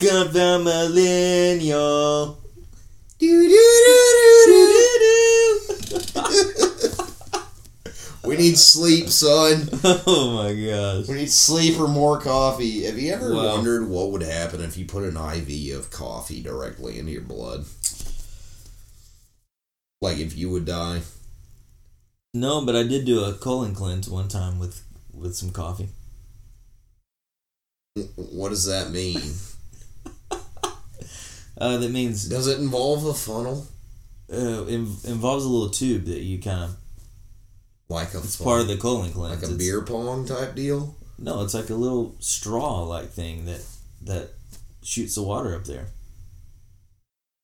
[SPEAKER 3] Come from millennial.
[SPEAKER 1] Do, do, do, do, do, do. We need sleep, son.
[SPEAKER 3] oh my gosh.
[SPEAKER 1] We need sleep or more coffee. Have you ever
[SPEAKER 3] Wow.
[SPEAKER 1] wondered what would happen if you put an IV of coffee directly into your blood? Like if you would die.
[SPEAKER 3] No, but I did do a colon cleanse one time with with some coffee.
[SPEAKER 1] W- What does that mean?
[SPEAKER 3] Uh, that means
[SPEAKER 1] Does it involve a funnel?
[SPEAKER 3] uh, in- involves a little tube that you kind of.
[SPEAKER 1] Like a
[SPEAKER 3] It's
[SPEAKER 1] funnel?
[SPEAKER 3] part of the colon cleanse.
[SPEAKER 1] like a
[SPEAKER 3] It's-
[SPEAKER 1] beer pong type deal?
[SPEAKER 3] No, it's like a little straw like thing that that shoots the water up there.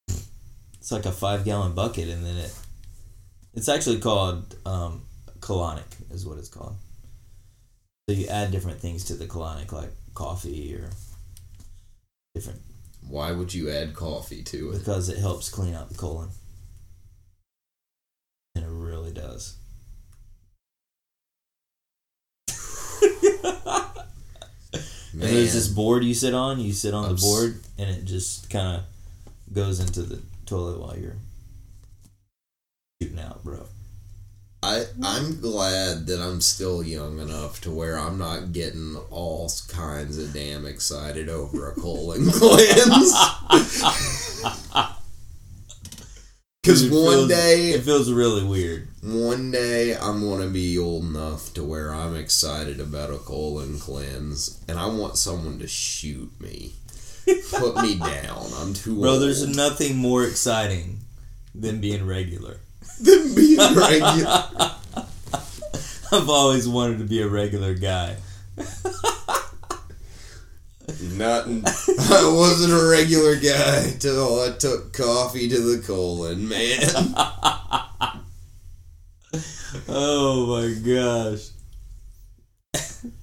[SPEAKER 3] It's like a five gallon bucket, and then it. It's actually called um, colonic, is what it's called. So you add different things to the colonic, like coffee or different,
[SPEAKER 1] Why would you add coffee to it?
[SPEAKER 3] because it helps clean out the colon. And it really does.
[SPEAKER 1] Man,
[SPEAKER 3] And there's this board you sit on. You sit on
[SPEAKER 1] I'm
[SPEAKER 3] the
[SPEAKER 1] s-
[SPEAKER 3] board, and it just kind of goes into the toilet while you're shooting out, bro.
[SPEAKER 1] I, I'm glad that I'm still young enough to where I'm not getting all kinds of damn excited over a colon cleanse. Because
[SPEAKER 3] It
[SPEAKER 1] one
[SPEAKER 3] feels-
[SPEAKER 1] day,
[SPEAKER 3] it feels really weird.
[SPEAKER 1] one day I'm gonna be old enough to where I'm excited about a colon cleanse, and I want someone to shoot me, put me down. I'm too
[SPEAKER 3] Bro,
[SPEAKER 1] old.
[SPEAKER 3] there's nothing more exciting than being regular.
[SPEAKER 1] than being regular.
[SPEAKER 3] I've always wanted to be a regular guy.
[SPEAKER 1] Nothing. I wasn't a regular guy till I took coffee to the colon, man.
[SPEAKER 3] Oh my gosh.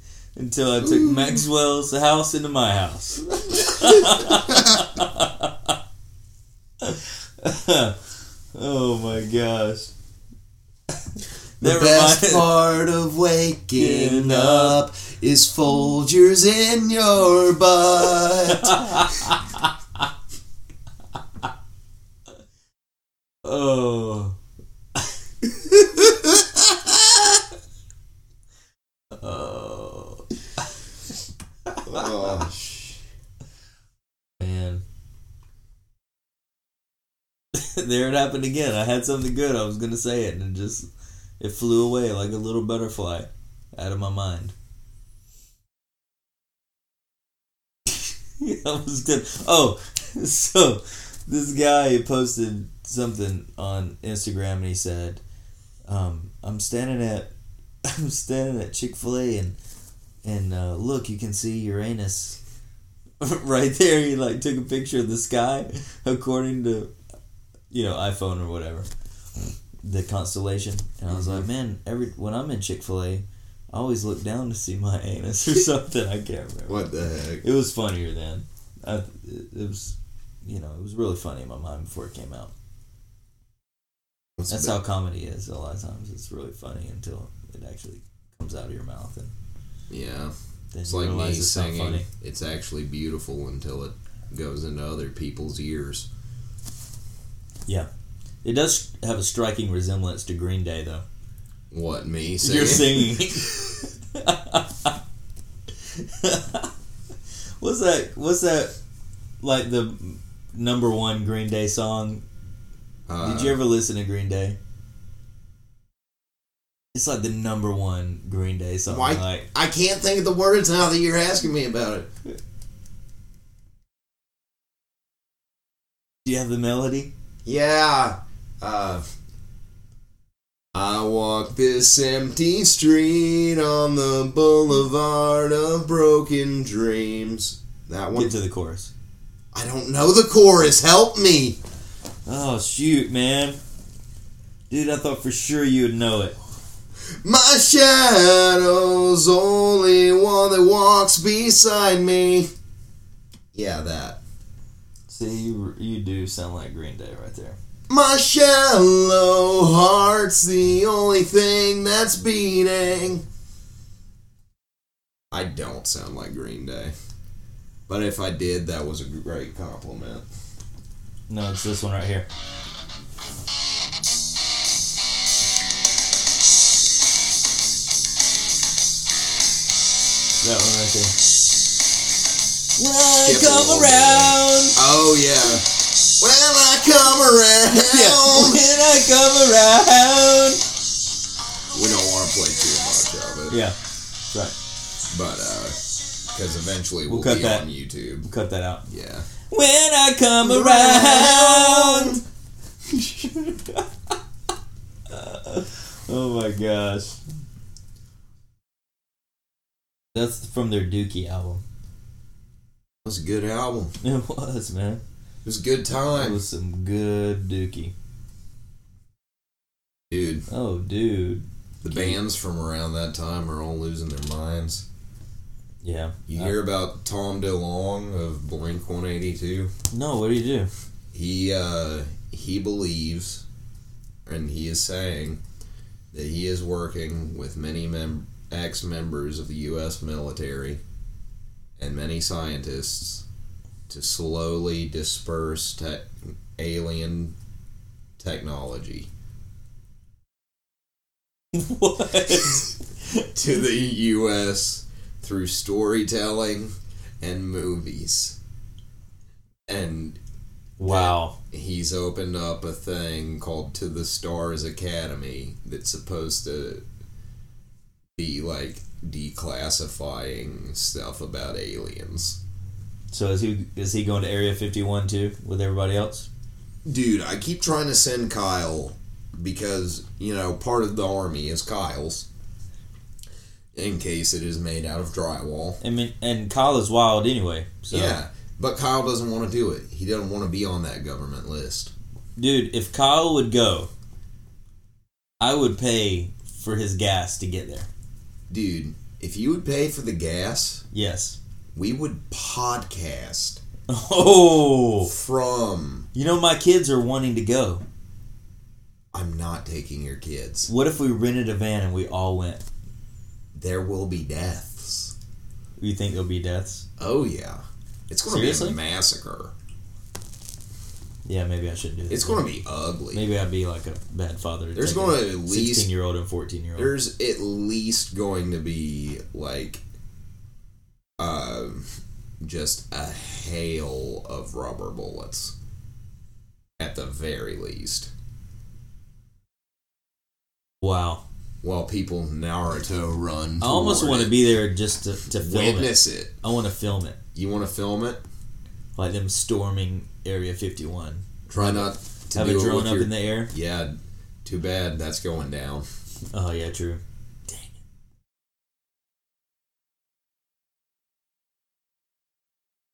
[SPEAKER 3] Until I took Maxwell's house into my house. oh my gosh.
[SPEAKER 1] The
[SPEAKER 3] That
[SPEAKER 1] best
[SPEAKER 3] reminded-
[SPEAKER 1] part of waking up is Folgers in your butt.
[SPEAKER 3] Oh. oh
[SPEAKER 1] oh, sh-
[SPEAKER 3] man. there it happened again. I had something good. I was gonna say it, and it just it flew away like a little butterfly out of my mind. I was good. Oh, so this guy posted something on Instagram, and he said, um, "I'm standing at I'm standing at Chick Fil A, and and uh, look, you can see Uranus." right there he like took a picture of the sky according to you know iphone or whatever the constellation and i was like man every when i'm in chick-fil-a i always look down to see my anus or something i can't remember
[SPEAKER 1] what the heck?
[SPEAKER 3] it was funnier then I, it it was you know it was really funny in my mind before it came out
[SPEAKER 1] What's
[SPEAKER 3] that's
[SPEAKER 1] the-
[SPEAKER 3] how comedy is a lot of times it's really funny until it actually comes out of your mouth and
[SPEAKER 1] Yeah,
[SPEAKER 3] then
[SPEAKER 1] it's
[SPEAKER 3] you
[SPEAKER 1] like me
[SPEAKER 3] realize it's not
[SPEAKER 1] singing.
[SPEAKER 3] funny
[SPEAKER 1] It's actually beautiful until it goes into other people's ears.
[SPEAKER 3] it does have a striking resemblance to green day though
[SPEAKER 1] What me singing?
[SPEAKER 3] You're singing. what's that? What's that? Like the number one Green Day song?
[SPEAKER 1] Uh,
[SPEAKER 3] Did you ever listen to Green Day? It's like the number one Green Day song.
[SPEAKER 1] Why-
[SPEAKER 3] Like
[SPEAKER 1] I can't think of the words now that you're asking me about it.
[SPEAKER 3] Do you have the melody?
[SPEAKER 1] Yeah. Uh, I walk this empty street on the boulevard of broken dreams. That one.
[SPEAKER 3] Get to the chorus.
[SPEAKER 1] I don't know the chorus. Help me.
[SPEAKER 3] Oh shoot, man. Dude, I thought for sure you would know it.
[SPEAKER 1] My shadow's only one that walks beside me. Yeah, that.
[SPEAKER 3] See, you, you do sound like Green Day right there.
[SPEAKER 1] My shallow heart's the only thing that's beating. I don't sound like Green Day. But if I did, that was a great compliment.
[SPEAKER 3] No, it's this one right here. That one right there. When I
[SPEAKER 1] Skip a
[SPEAKER 3] come
[SPEAKER 1] little bit.
[SPEAKER 3] around,
[SPEAKER 1] Oh, yeah. When I come
[SPEAKER 3] yeah,
[SPEAKER 1] around.
[SPEAKER 3] when I come around,
[SPEAKER 1] We don't want to play too much of it.
[SPEAKER 3] yeah, that's right.
[SPEAKER 1] But, uh, because eventually we'll,
[SPEAKER 3] We'll cut
[SPEAKER 1] be
[SPEAKER 3] that.
[SPEAKER 1] on YouTube.
[SPEAKER 3] We'll cut that out.
[SPEAKER 1] Yeah.
[SPEAKER 3] When I come around. oh my gosh. That's from their Dookie album.
[SPEAKER 1] It was a good album.
[SPEAKER 3] It was, man.
[SPEAKER 1] It was a good
[SPEAKER 3] It
[SPEAKER 1] time.
[SPEAKER 3] was some good Dookie.
[SPEAKER 1] Dude,
[SPEAKER 3] Oh, dude.
[SPEAKER 1] the bands from around that time are all losing their minds.
[SPEAKER 3] Yeah.
[SPEAKER 1] You
[SPEAKER 3] Uh,
[SPEAKER 1] hear about Tom DeLonge of Blink 182?
[SPEAKER 3] no, what do you do?
[SPEAKER 1] He uh, he believes, and he is saying that he is working with many mem- ex-members of the U.S. military and many scientists to slowly disperse te- alien technology
[SPEAKER 3] What?
[SPEAKER 1] to the U.S. through storytelling and movies. And
[SPEAKER 3] wow.
[SPEAKER 1] he's opened up a thing called To the Stars Academy that's supposed to be like declassifying stuff about aliens.
[SPEAKER 3] So is he is he going to Area 51 too with everybody else?
[SPEAKER 1] Dude, I keep trying to send Kyle because, you know, part of the army is Kyle's. in case it is made out of drywall.
[SPEAKER 3] I mean, and Kyle is wild anyway. So,
[SPEAKER 1] Yeah, but Kyle doesn't want to do it. He doesn't want to be on that government list.
[SPEAKER 3] dude, if Kyle would go, I would pay for his gas to get there.
[SPEAKER 1] Dude, if you would pay for the gas,
[SPEAKER 3] Yes.
[SPEAKER 1] we would podcast
[SPEAKER 3] Oh,
[SPEAKER 1] from.
[SPEAKER 3] you know my kids are wanting to go.
[SPEAKER 1] I'm not taking your kids.
[SPEAKER 3] What if we rented a van and we all went?
[SPEAKER 1] There will be deaths.
[SPEAKER 3] You think there'll be deaths?
[SPEAKER 1] Oh, yeah. It's going to be
[SPEAKER 3] Seriously?
[SPEAKER 1] a massacre.
[SPEAKER 3] Yeah, maybe I should do that.
[SPEAKER 1] It's going to be ugly.
[SPEAKER 3] Maybe I'd be like a bad father. To
[SPEAKER 1] There's
[SPEAKER 3] take
[SPEAKER 1] gonna
[SPEAKER 3] a
[SPEAKER 1] at least-
[SPEAKER 3] year old and fourteen year old.
[SPEAKER 1] There's at least going to be, like, um, just a hail of rubber bullets. At the very least.
[SPEAKER 3] Wow.
[SPEAKER 1] while people Naruto run.
[SPEAKER 3] I almost
[SPEAKER 1] toward
[SPEAKER 3] want
[SPEAKER 1] it.
[SPEAKER 3] to be there just to, to film
[SPEAKER 1] witness it.
[SPEAKER 3] it. I want to film it,
[SPEAKER 1] You want to film it?
[SPEAKER 3] like them storming Area Fifty One.
[SPEAKER 1] Try not to
[SPEAKER 3] Have
[SPEAKER 1] do
[SPEAKER 3] a
[SPEAKER 1] it
[SPEAKER 3] drone
[SPEAKER 1] with
[SPEAKER 3] up
[SPEAKER 1] your-
[SPEAKER 3] in the air.
[SPEAKER 1] Yeah, too bad that's going down.
[SPEAKER 3] Oh yeah, true.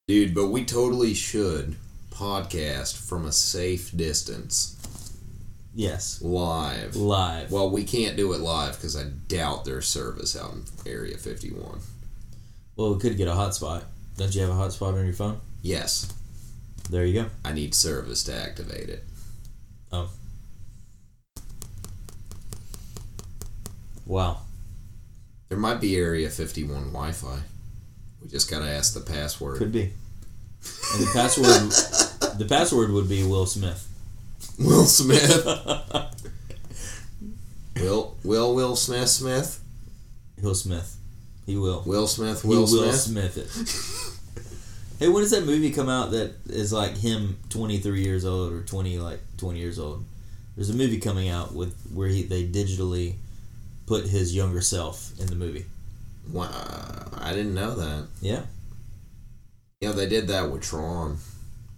[SPEAKER 1] Dude, but we totally should podcast from a safe distance
[SPEAKER 3] Yes,
[SPEAKER 1] live.
[SPEAKER 3] live.
[SPEAKER 1] Well, we can't do it live because I doubt there's service out in Area 51.
[SPEAKER 3] Well, we could get a hotspot. Don't you have a hotspot on your phone?
[SPEAKER 1] Yes,
[SPEAKER 3] There you go.
[SPEAKER 1] I need service to activate it.
[SPEAKER 3] Oh. Wow.
[SPEAKER 1] There might be Area 51 Wi Fi. We just gotta ask the password.
[SPEAKER 3] Could be. And the password. the password would be Will Smith.
[SPEAKER 1] Will Smith. Will Will Will Smith Smith
[SPEAKER 3] Will Smith. He will.
[SPEAKER 1] Will Smith Will
[SPEAKER 3] Will Will
[SPEAKER 1] Smith.
[SPEAKER 3] Smith, it. hey, when does that movie come out that is like him twenty three years old or twenty like twenty years old? There's a movie coming out with where he they digitally put his younger self in the movie.
[SPEAKER 1] Wow, I didn't know that.
[SPEAKER 3] Yeah,
[SPEAKER 1] Yeah, they did that with Tron.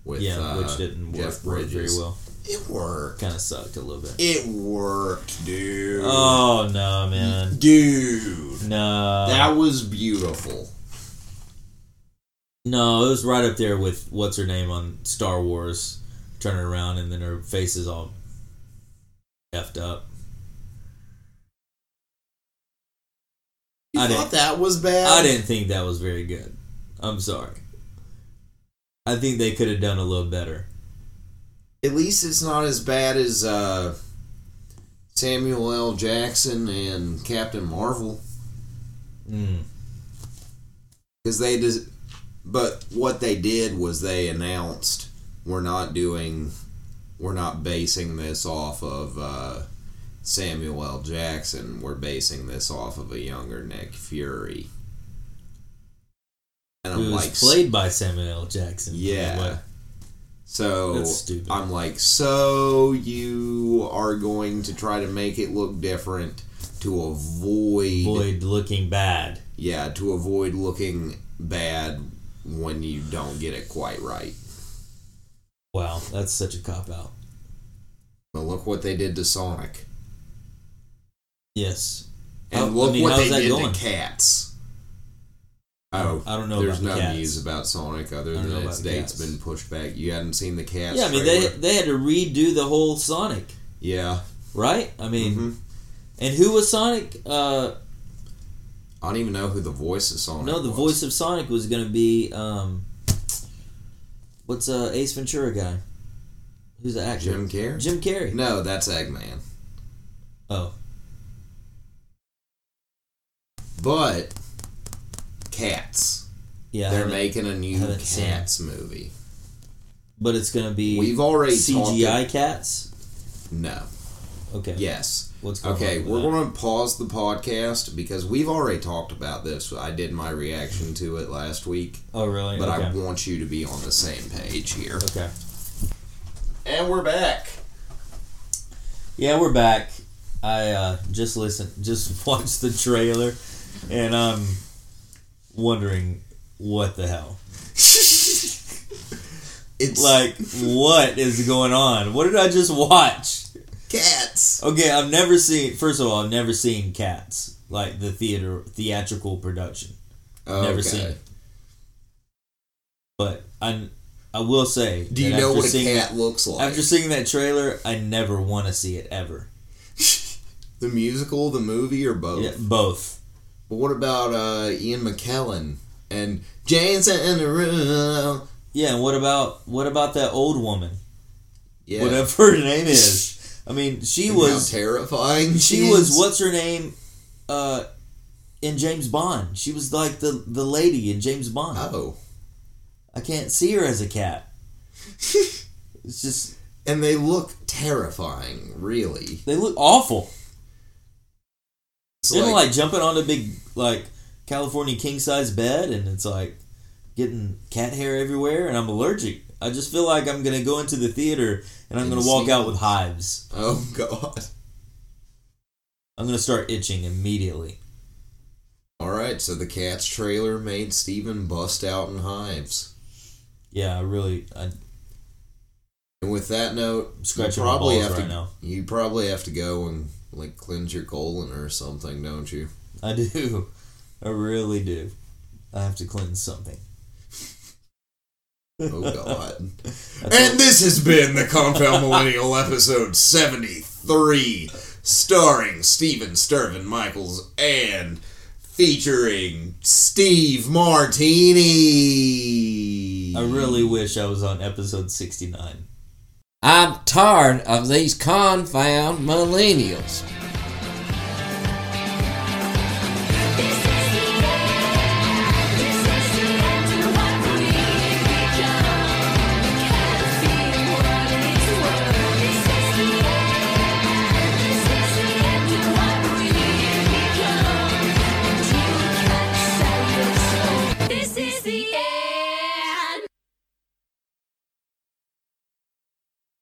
[SPEAKER 1] With
[SPEAKER 3] yeah,
[SPEAKER 1] uh,
[SPEAKER 3] which didn't work,
[SPEAKER 1] Jeff
[SPEAKER 3] work very
[SPEAKER 1] Bridges.
[SPEAKER 3] well.
[SPEAKER 1] It worked.
[SPEAKER 3] Kind of sucked a little bit.
[SPEAKER 1] It worked, dude.
[SPEAKER 3] Oh no, man,
[SPEAKER 1] dude,
[SPEAKER 3] no,
[SPEAKER 1] that was beautiful.
[SPEAKER 3] no. It was right up there with what's her name on Star Wars, turning around and then her face is all effed up.
[SPEAKER 1] You
[SPEAKER 3] I
[SPEAKER 1] thought
[SPEAKER 3] didn't-
[SPEAKER 1] that was bad?
[SPEAKER 3] I didn't think that was very good. I'm sorry. I think they could have done a little better.
[SPEAKER 1] At least it's not as bad as uh, Samuel L. Jackson and Captain Marvel.
[SPEAKER 3] Mm.
[SPEAKER 1] because they just but what they did was they announced we're not doing we're not basing this off of uh, samuel l jackson we're basing this off of a younger nick fury and i'm
[SPEAKER 3] Who was
[SPEAKER 1] like
[SPEAKER 3] played by Samuel L. Jackson.
[SPEAKER 1] yeah Oh,
[SPEAKER 3] What?
[SPEAKER 1] so
[SPEAKER 3] That's stupid.
[SPEAKER 1] i'm like so you are going to try to make it look different to
[SPEAKER 3] Boyd looking bad.
[SPEAKER 1] yeah, to avoid looking bad when you don't get it quite right.
[SPEAKER 3] Wow, that's such a cop out.
[SPEAKER 1] But look what they did to Sonic.
[SPEAKER 3] Yes.
[SPEAKER 1] And
[SPEAKER 3] How- Oh, I
[SPEAKER 1] look
[SPEAKER 3] mean,
[SPEAKER 1] what
[SPEAKER 3] how's
[SPEAKER 1] they
[SPEAKER 3] that
[SPEAKER 1] did
[SPEAKER 3] going?
[SPEAKER 1] to cats. Oh,
[SPEAKER 3] I don't know
[SPEAKER 1] there's
[SPEAKER 3] about
[SPEAKER 1] no
[SPEAKER 3] the cats.
[SPEAKER 1] news about Sonic other
[SPEAKER 3] I don't
[SPEAKER 1] than
[SPEAKER 3] know
[SPEAKER 1] its
[SPEAKER 3] about the
[SPEAKER 1] date's
[SPEAKER 3] cats.
[SPEAKER 1] been pushed back. You hadn't seen the cats.
[SPEAKER 3] Yeah, I mean they
[SPEAKER 1] trailer?
[SPEAKER 3] they had to redo the whole Sonic,
[SPEAKER 1] yeah.
[SPEAKER 3] right? I mean, mm-hmm.
[SPEAKER 1] Mhm.
[SPEAKER 3] and who was Sonic? Uh,
[SPEAKER 1] I don't even know who the voice of Sonic.
[SPEAKER 3] no, the
[SPEAKER 1] was.
[SPEAKER 3] voice of Sonic was going to be um, what's uh, Ace Ventura guy? Who's the actor?
[SPEAKER 1] Jim Carrey.
[SPEAKER 3] Jim Carrey.
[SPEAKER 1] No, that's Eggman.
[SPEAKER 3] Oh,
[SPEAKER 1] But cats.
[SPEAKER 3] yeah. I
[SPEAKER 1] They're
[SPEAKER 3] haven't-
[SPEAKER 1] making a new
[SPEAKER 3] haven't seen it.
[SPEAKER 1] cats movie.
[SPEAKER 3] But it's gonna be
[SPEAKER 1] We've already talked
[SPEAKER 3] CGI cats.
[SPEAKER 1] No.
[SPEAKER 3] Okay.
[SPEAKER 1] Yes.
[SPEAKER 3] What's going
[SPEAKER 1] Okay,
[SPEAKER 3] on
[SPEAKER 1] we're
[SPEAKER 3] with
[SPEAKER 1] going to pause the podcast because we've already talked about this. I did my reaction to it last week,
[SPEAKER 3] that? Oh really?
[SPEAKER 1] but
[SPEAKER 3] okay.
[SPEAKER 1] I want you to be on the same page here.
[SPEAKER 3] okay.
[SPEAKER 1] And we're back.
[SPEAKER 3] Yeah, we're back. I uh, just listened, just watched the trailer, and I'm wondering what the hell.
[SPEAKER 1] It's
[SPEAKER 3] Like, what is going on? What did I just watch?
[SPEAKER 1] cats.
[SPEAKER 3] Okay, I've never seen. First of all, I've never seen Cats. like the theater theatrical production.
[SPEAKER 1] Oh,
[SPEAKER 3] Never
[SPEAKER 1] okay.
[SPEAKER 3] seen it. But I I will say,
[SPEAKER 1] Do you
[SPEAKER 3] that
[SPEAKER 1] know
[SPEAKER 3] after
[SPEAKER 1] what a
[SPEAKER 3] seeing
[SPEAKER 1] cat looks
[SPEAKER 3] that-
[SPEAKER 1] like?
[SPEAKER 3] after seeing that trailer, I never want to see it ever.
[SPEAKER 1] the musical, the movie, or both?
[SPEAKER 3] Yeah, both.
[SPEAKER 1] But what about uh, Ian McKellen and Jason and the room?
[SPEAKER 3] Yeah, and what about what about that old woman?
[SPEAKER 1] Yeah.
[SPEAKER 3] Whatever her name is. I mean, she
[SPEAKER 1] And
[SPEAKER 3] was
[SPEAKER 1] how terrifying.
[SPEAKER 3] she was
[SPEAKER 1] is.
[SPEAKER 3] what's her name uh in James Bond. She was like the the lady in James Bond.
[SPEAKER 1] Oh,
[SPEAKER 3] I can't see her as a cat. it's just
[SPEAKER 1] and they look terrifying. Really,
[SPEAKER 3] they look awful.
[SPEAKER 1] it's
[SPEAKER 3] They're like, jumping on a big like California king size bed, and it's like getting cat hair everywhere, and I'm allergic. I just feel like I'm gonna go into the theater and I'm
[SPEAKER 1] And
[SPEAKER 3] gonna walk
[SPEAKER 1] see-
[SPEAKER 3] out with hives.
[SPEAKER 1] oh god.
[SPEAKER 3] I'm gonna start itching immediately.
[SPEAKER 1] All right, so the cat's trailer made Steven bust out in hives.
[SPEAKER 3] Yeah, I really. I,
[SPEAKER 1] And with that note, you
[SPEAKER 3] scratching my
[SPEAKER 1] probably
[SPEAKER 3] balls
[SPEAKER 1] have to
[SPEAKER 3] right now.
[SPEAKER 1] you probably have to go and like cleanse your colon or something, don't you?
[SPEAKER 3] I do. I really do. I have to cleanse something.
[SPEAKER 1] Oh god. and this has been the Compound Millennial episode 73 starring Steven Sturvin Michaels and featuring Steve Martini.
[SPEAKER 3] I really wish I was on episode 69.
[SPEAKER 4] I'm tired of these confound millennials.